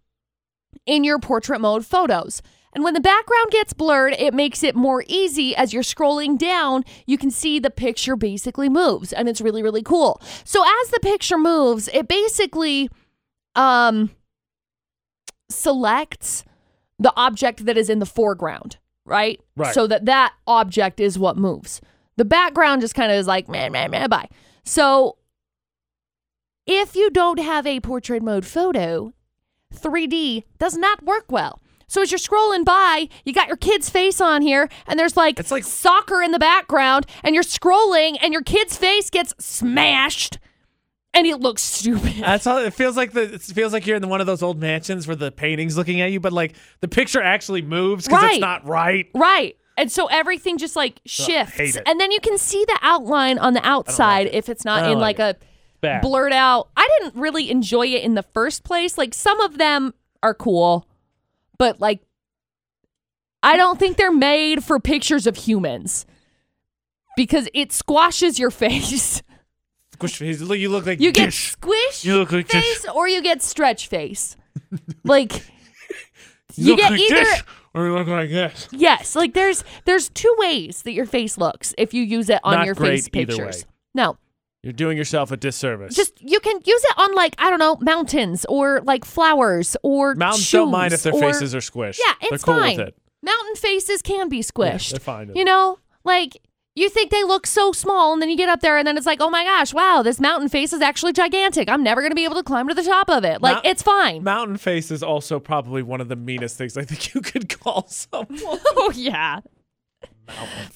[SPEAKER 2] In your portrait mode photos. And when the background gets blurred, it makes it more easy as you're scrolling down, you can see the picture basically moves and it's really really cool. So as the picture moves, it basically um selects the object that is in the foreground, right?
[SPEAKER 1] Right.
[SPEAKER 2] So that that object is what moves. The background just kind of is like meh meh meh bye. So if you don't have a portrait mode photo, 3D does not work well. So as you're scrolling by, you got your kid's face on here, and there's like,
[SPEAKER 1] It's like-
[SPEAKER 2] soccer in the background, and you're scrolling, and your kid's face gets smashed, and it looks stupid.
[SPEAKER 1] That's all. It feels like the. It feels like you're in one of those old mansions where the painting's looking at you, but like the picture actually moves because
[SPEAKER 2] Right.
[SPEAKER 1] it's not right.
[SPEAKER 2] Right. And so everything just like shifts.
[SPEAKER 1] it.
[SPEAKER 2] And then you can see the outline on the outside if it's
[SPEAKER 1] I
[SPEAKER 2] not
[SPEAKER 1] don't
[SPEAKER 2] in
[SPEAKER 1] like
[SPEAKER 2] like, a
[SPEAKER 1] Bad.
[SPEAKER 2] blurred out. I didn't really enjoy it in the first place. Like some of them are cool, but like I don't think they're made for pictures of humans because it squashes your face.
[SPEAKER 1] Squish- he's- look- You look like
[SPEAKER 2] You get
[SPEAKER 1] dish.
[SPEAKER 2] squish
[SPEAKER 1] You look like
[SPEAKER 2] face
[SPEAKER 1] this.
[SPEAKER 2] or you get stretch face. like you,
[SPEAKER 1] look
[SPEAKER 2] get
[SPEAKER 1] like
[SPEAKER 2] either
[SPEAKER 1] this, or you look like this.
[SPEAKER 2] Yes, like there's there's two ways that your face looks if you use it on
[SPEAKER 1] Not
[SPEAKER 2] your
[SPEAKER 1] great
[SPEAKER 2] face
[SPEAKER 1] either
[SPEAKER 2] pictures.
[SPEAKER 1] way.
[SPEAKER 2] No.
[SPEAKER 1] You're doing yourself a disservice.
[SPEAKER 2] Just you can use it on like I don't know mountains or like flowers or
[SPEAKER 1] Mountains
[SPEAKER 2] shoes
[SPEAKER 1] don't mind if their
[SPEAKER 2] or-
[SPEAKER 1] faces are squished.
[SPEAKER 2] Yeah,
[SPEAKER 1] they're
[SPEAKER 2] it's
[SPEAKER 1] cool
[SPEAKER 2] fine.
[SPEAKER 1] with it.
[SPEAKER 2] Mountain faces can be
[SPEAKER 1] Yeah,
[SPEAKER 2] squished.
[SPEAKER 1] they're fine. with
[SPEAKER 2] You
[SPEAKER 1] it.
[SPEAKER 2] know, like you think they look so small, and then you get up there, and then it's like, oh my gosh, wow, this mountain face is actually gigantic. I'm never gonna be able to climb to the top of it. Like
[SPEAKER 1] Mount-
[SPEAKER 2] it's fine.
[SPEAKER 1] Mountain face is also probably one of the meanest things I think you could call someone.
[SPEAKER 2] oh yeah.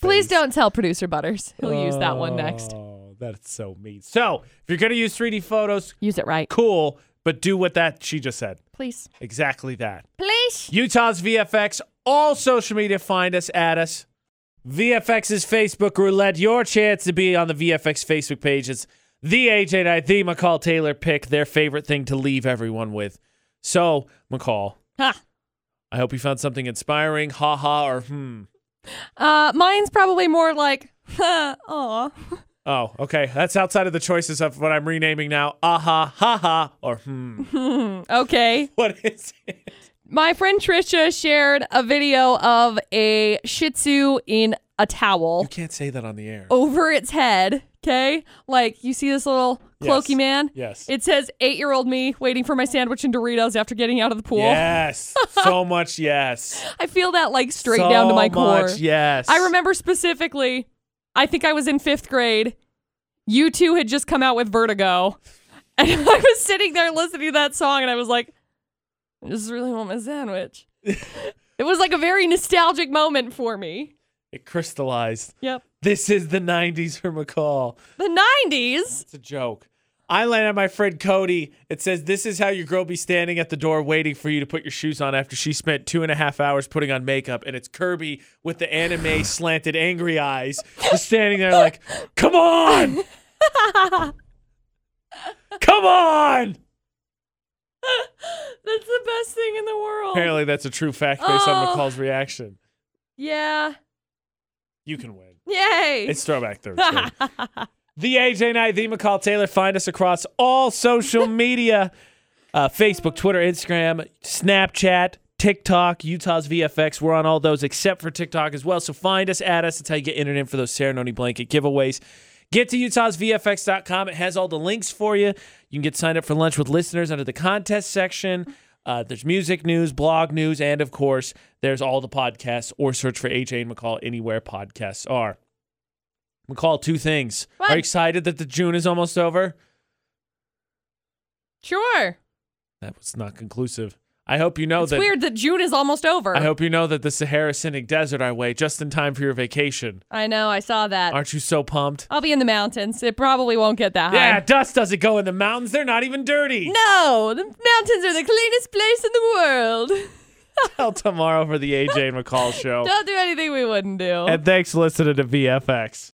[SPEAKER 2] Please don't tell producer Butters. He'll use that one next.
[SPEAKER 1] Oh, that's so mean. So if you're gonna use 3D photos,
[SPEAKER 2] Use it right,
[SPEAKER 1] cool, but do what that she just said.
[SPEAKER 2] please.
[SPEAKER 1] Exactly that.
[SPEAKER 2] Please.
[SPEAKER 1] Utah's VFX. All social media, find us, add us. VFX's Facebook roulette. Your chance to be on the VFX Facebook page. It's the AJ and I, the McCall Taylor pick, their favorite thing to leave everyone with. So, McCall,
[SPEAKER 2] Ha.
[SPEAKER 1] I hope you found something inspiring, haha, or hmm.
[SPEAKER 2] Uh, mine's probably more like, aw.
[SPEAKER 1] Oh, okay. That's outside of the choices of what I'm renaming now. Aha, haha, or hmm.
[SPEAKER 2] Okay.
[SPEAKER 1] What is it?
[SPEAKER 2] My friend Trisha shared a video of a Shih Tzu in a
[SPEAKER 1] You
[SPEAKER 2] towel
[SPEAKER 1] can't say that on the air.
[SPEAKER 2] over its head. Okay, like you see this little cloaky
[SPEAKER 1] Yes.
[SPEAKER 2] man.
[SPEAKER 1] Yes.
[SPEAKER 2] It says eight-year-old me waiting for my sandwich and Doritos after getting out of the pool.
[SPEAKER 1] Yes. so much yes.
[SPEAKER 2] I feel that like straight down to my
[SPEAKER 1] so
[SPEAKER 2] core.
[SPEAKER 1] Much, yes.
[SPEAKER 2] I remember specifically. I think I was in fifth grade. You two had just come out with Vertigo, and I was sitting there listening to that song, and I was like, "I just really want my sandwich." it was like a very nostalgic moment for me.
[SPEAKER 1] It crystallized.
[SPEAKER 2] Yep,
[SPEAKER 1] This is the 90s for McCall.
[SPEAKER 2] the '90s.
[SPEAKER 1] It's a joke. I land on my friend Cody. It says, This is how your girl be standing at the door waiting for you to put your shoes on after she spent two and a half hours putting on makeup. And it's Kirby with the anime slanted angry eyes just standing there like, Come on! Come on!
[SPEAKER 2] That's the best thing in the world.
[SPEAKER 1] Apparently, that's a true fact based on
[SPEAKER 2] Oh.
[SPEAKER 1] McCall's reaction.
[SPEAKER 2] Yeah.
[SPEAKER 1] You can win.
[SPEAKER 2] Yay.
[SPEAKER 1] It's Throwback Thursday. the AJ Knight, the McCall Taylor. Find us across all social media uh, Facebook, Twitter, Instagram, Snapchat, TikTok, Utah's VFX. We're on all those except for TikTok as well. So find us, at us. That's how you get entered in for those ceremony blanket giveaways. Get to utahsvfx.com. It has all the links for you. You can get signed up for lunch with listeners under the contest section. Uh, there's music news, blog news, and of course, there's all the podcasts or search for AJ and McCall anywhere podcasts are. McCall, two things.
[SPEAKER 2] What?
[SPEAKER 1] Are you excited that the June is almost over?
[SPEAKER 2] sure.
[SPEAKER 1] That was not conclusive. I hope you know
[SPEAKER 2] It's
[SPEAKER 1] that.
[SPEAKER 2] weird that June is almost over.
[SPEAKER 1] I hope you know that the Sahara Scenic Desert our way just in time for your vacation.
[SPEAKER 2] I know. I saw that.
[SPEAKER 1] Aren't you so pumped?
[SPEAKER 2] I'll be in the mountains. It probably won't get that high.
[SPEAKER 1] Yeah, dust doesn't go in the mountains. They're not even dirty.
[SPEAKER 2] No, the mountains are the cleanest place in the world.
[SPEAKER 1] Till tomorrow for the AJ and McCall show.
[SPEAKER 2] Don't do anything we wouldn't do.
[SPEAKER 1] and thanks for listening to VFX.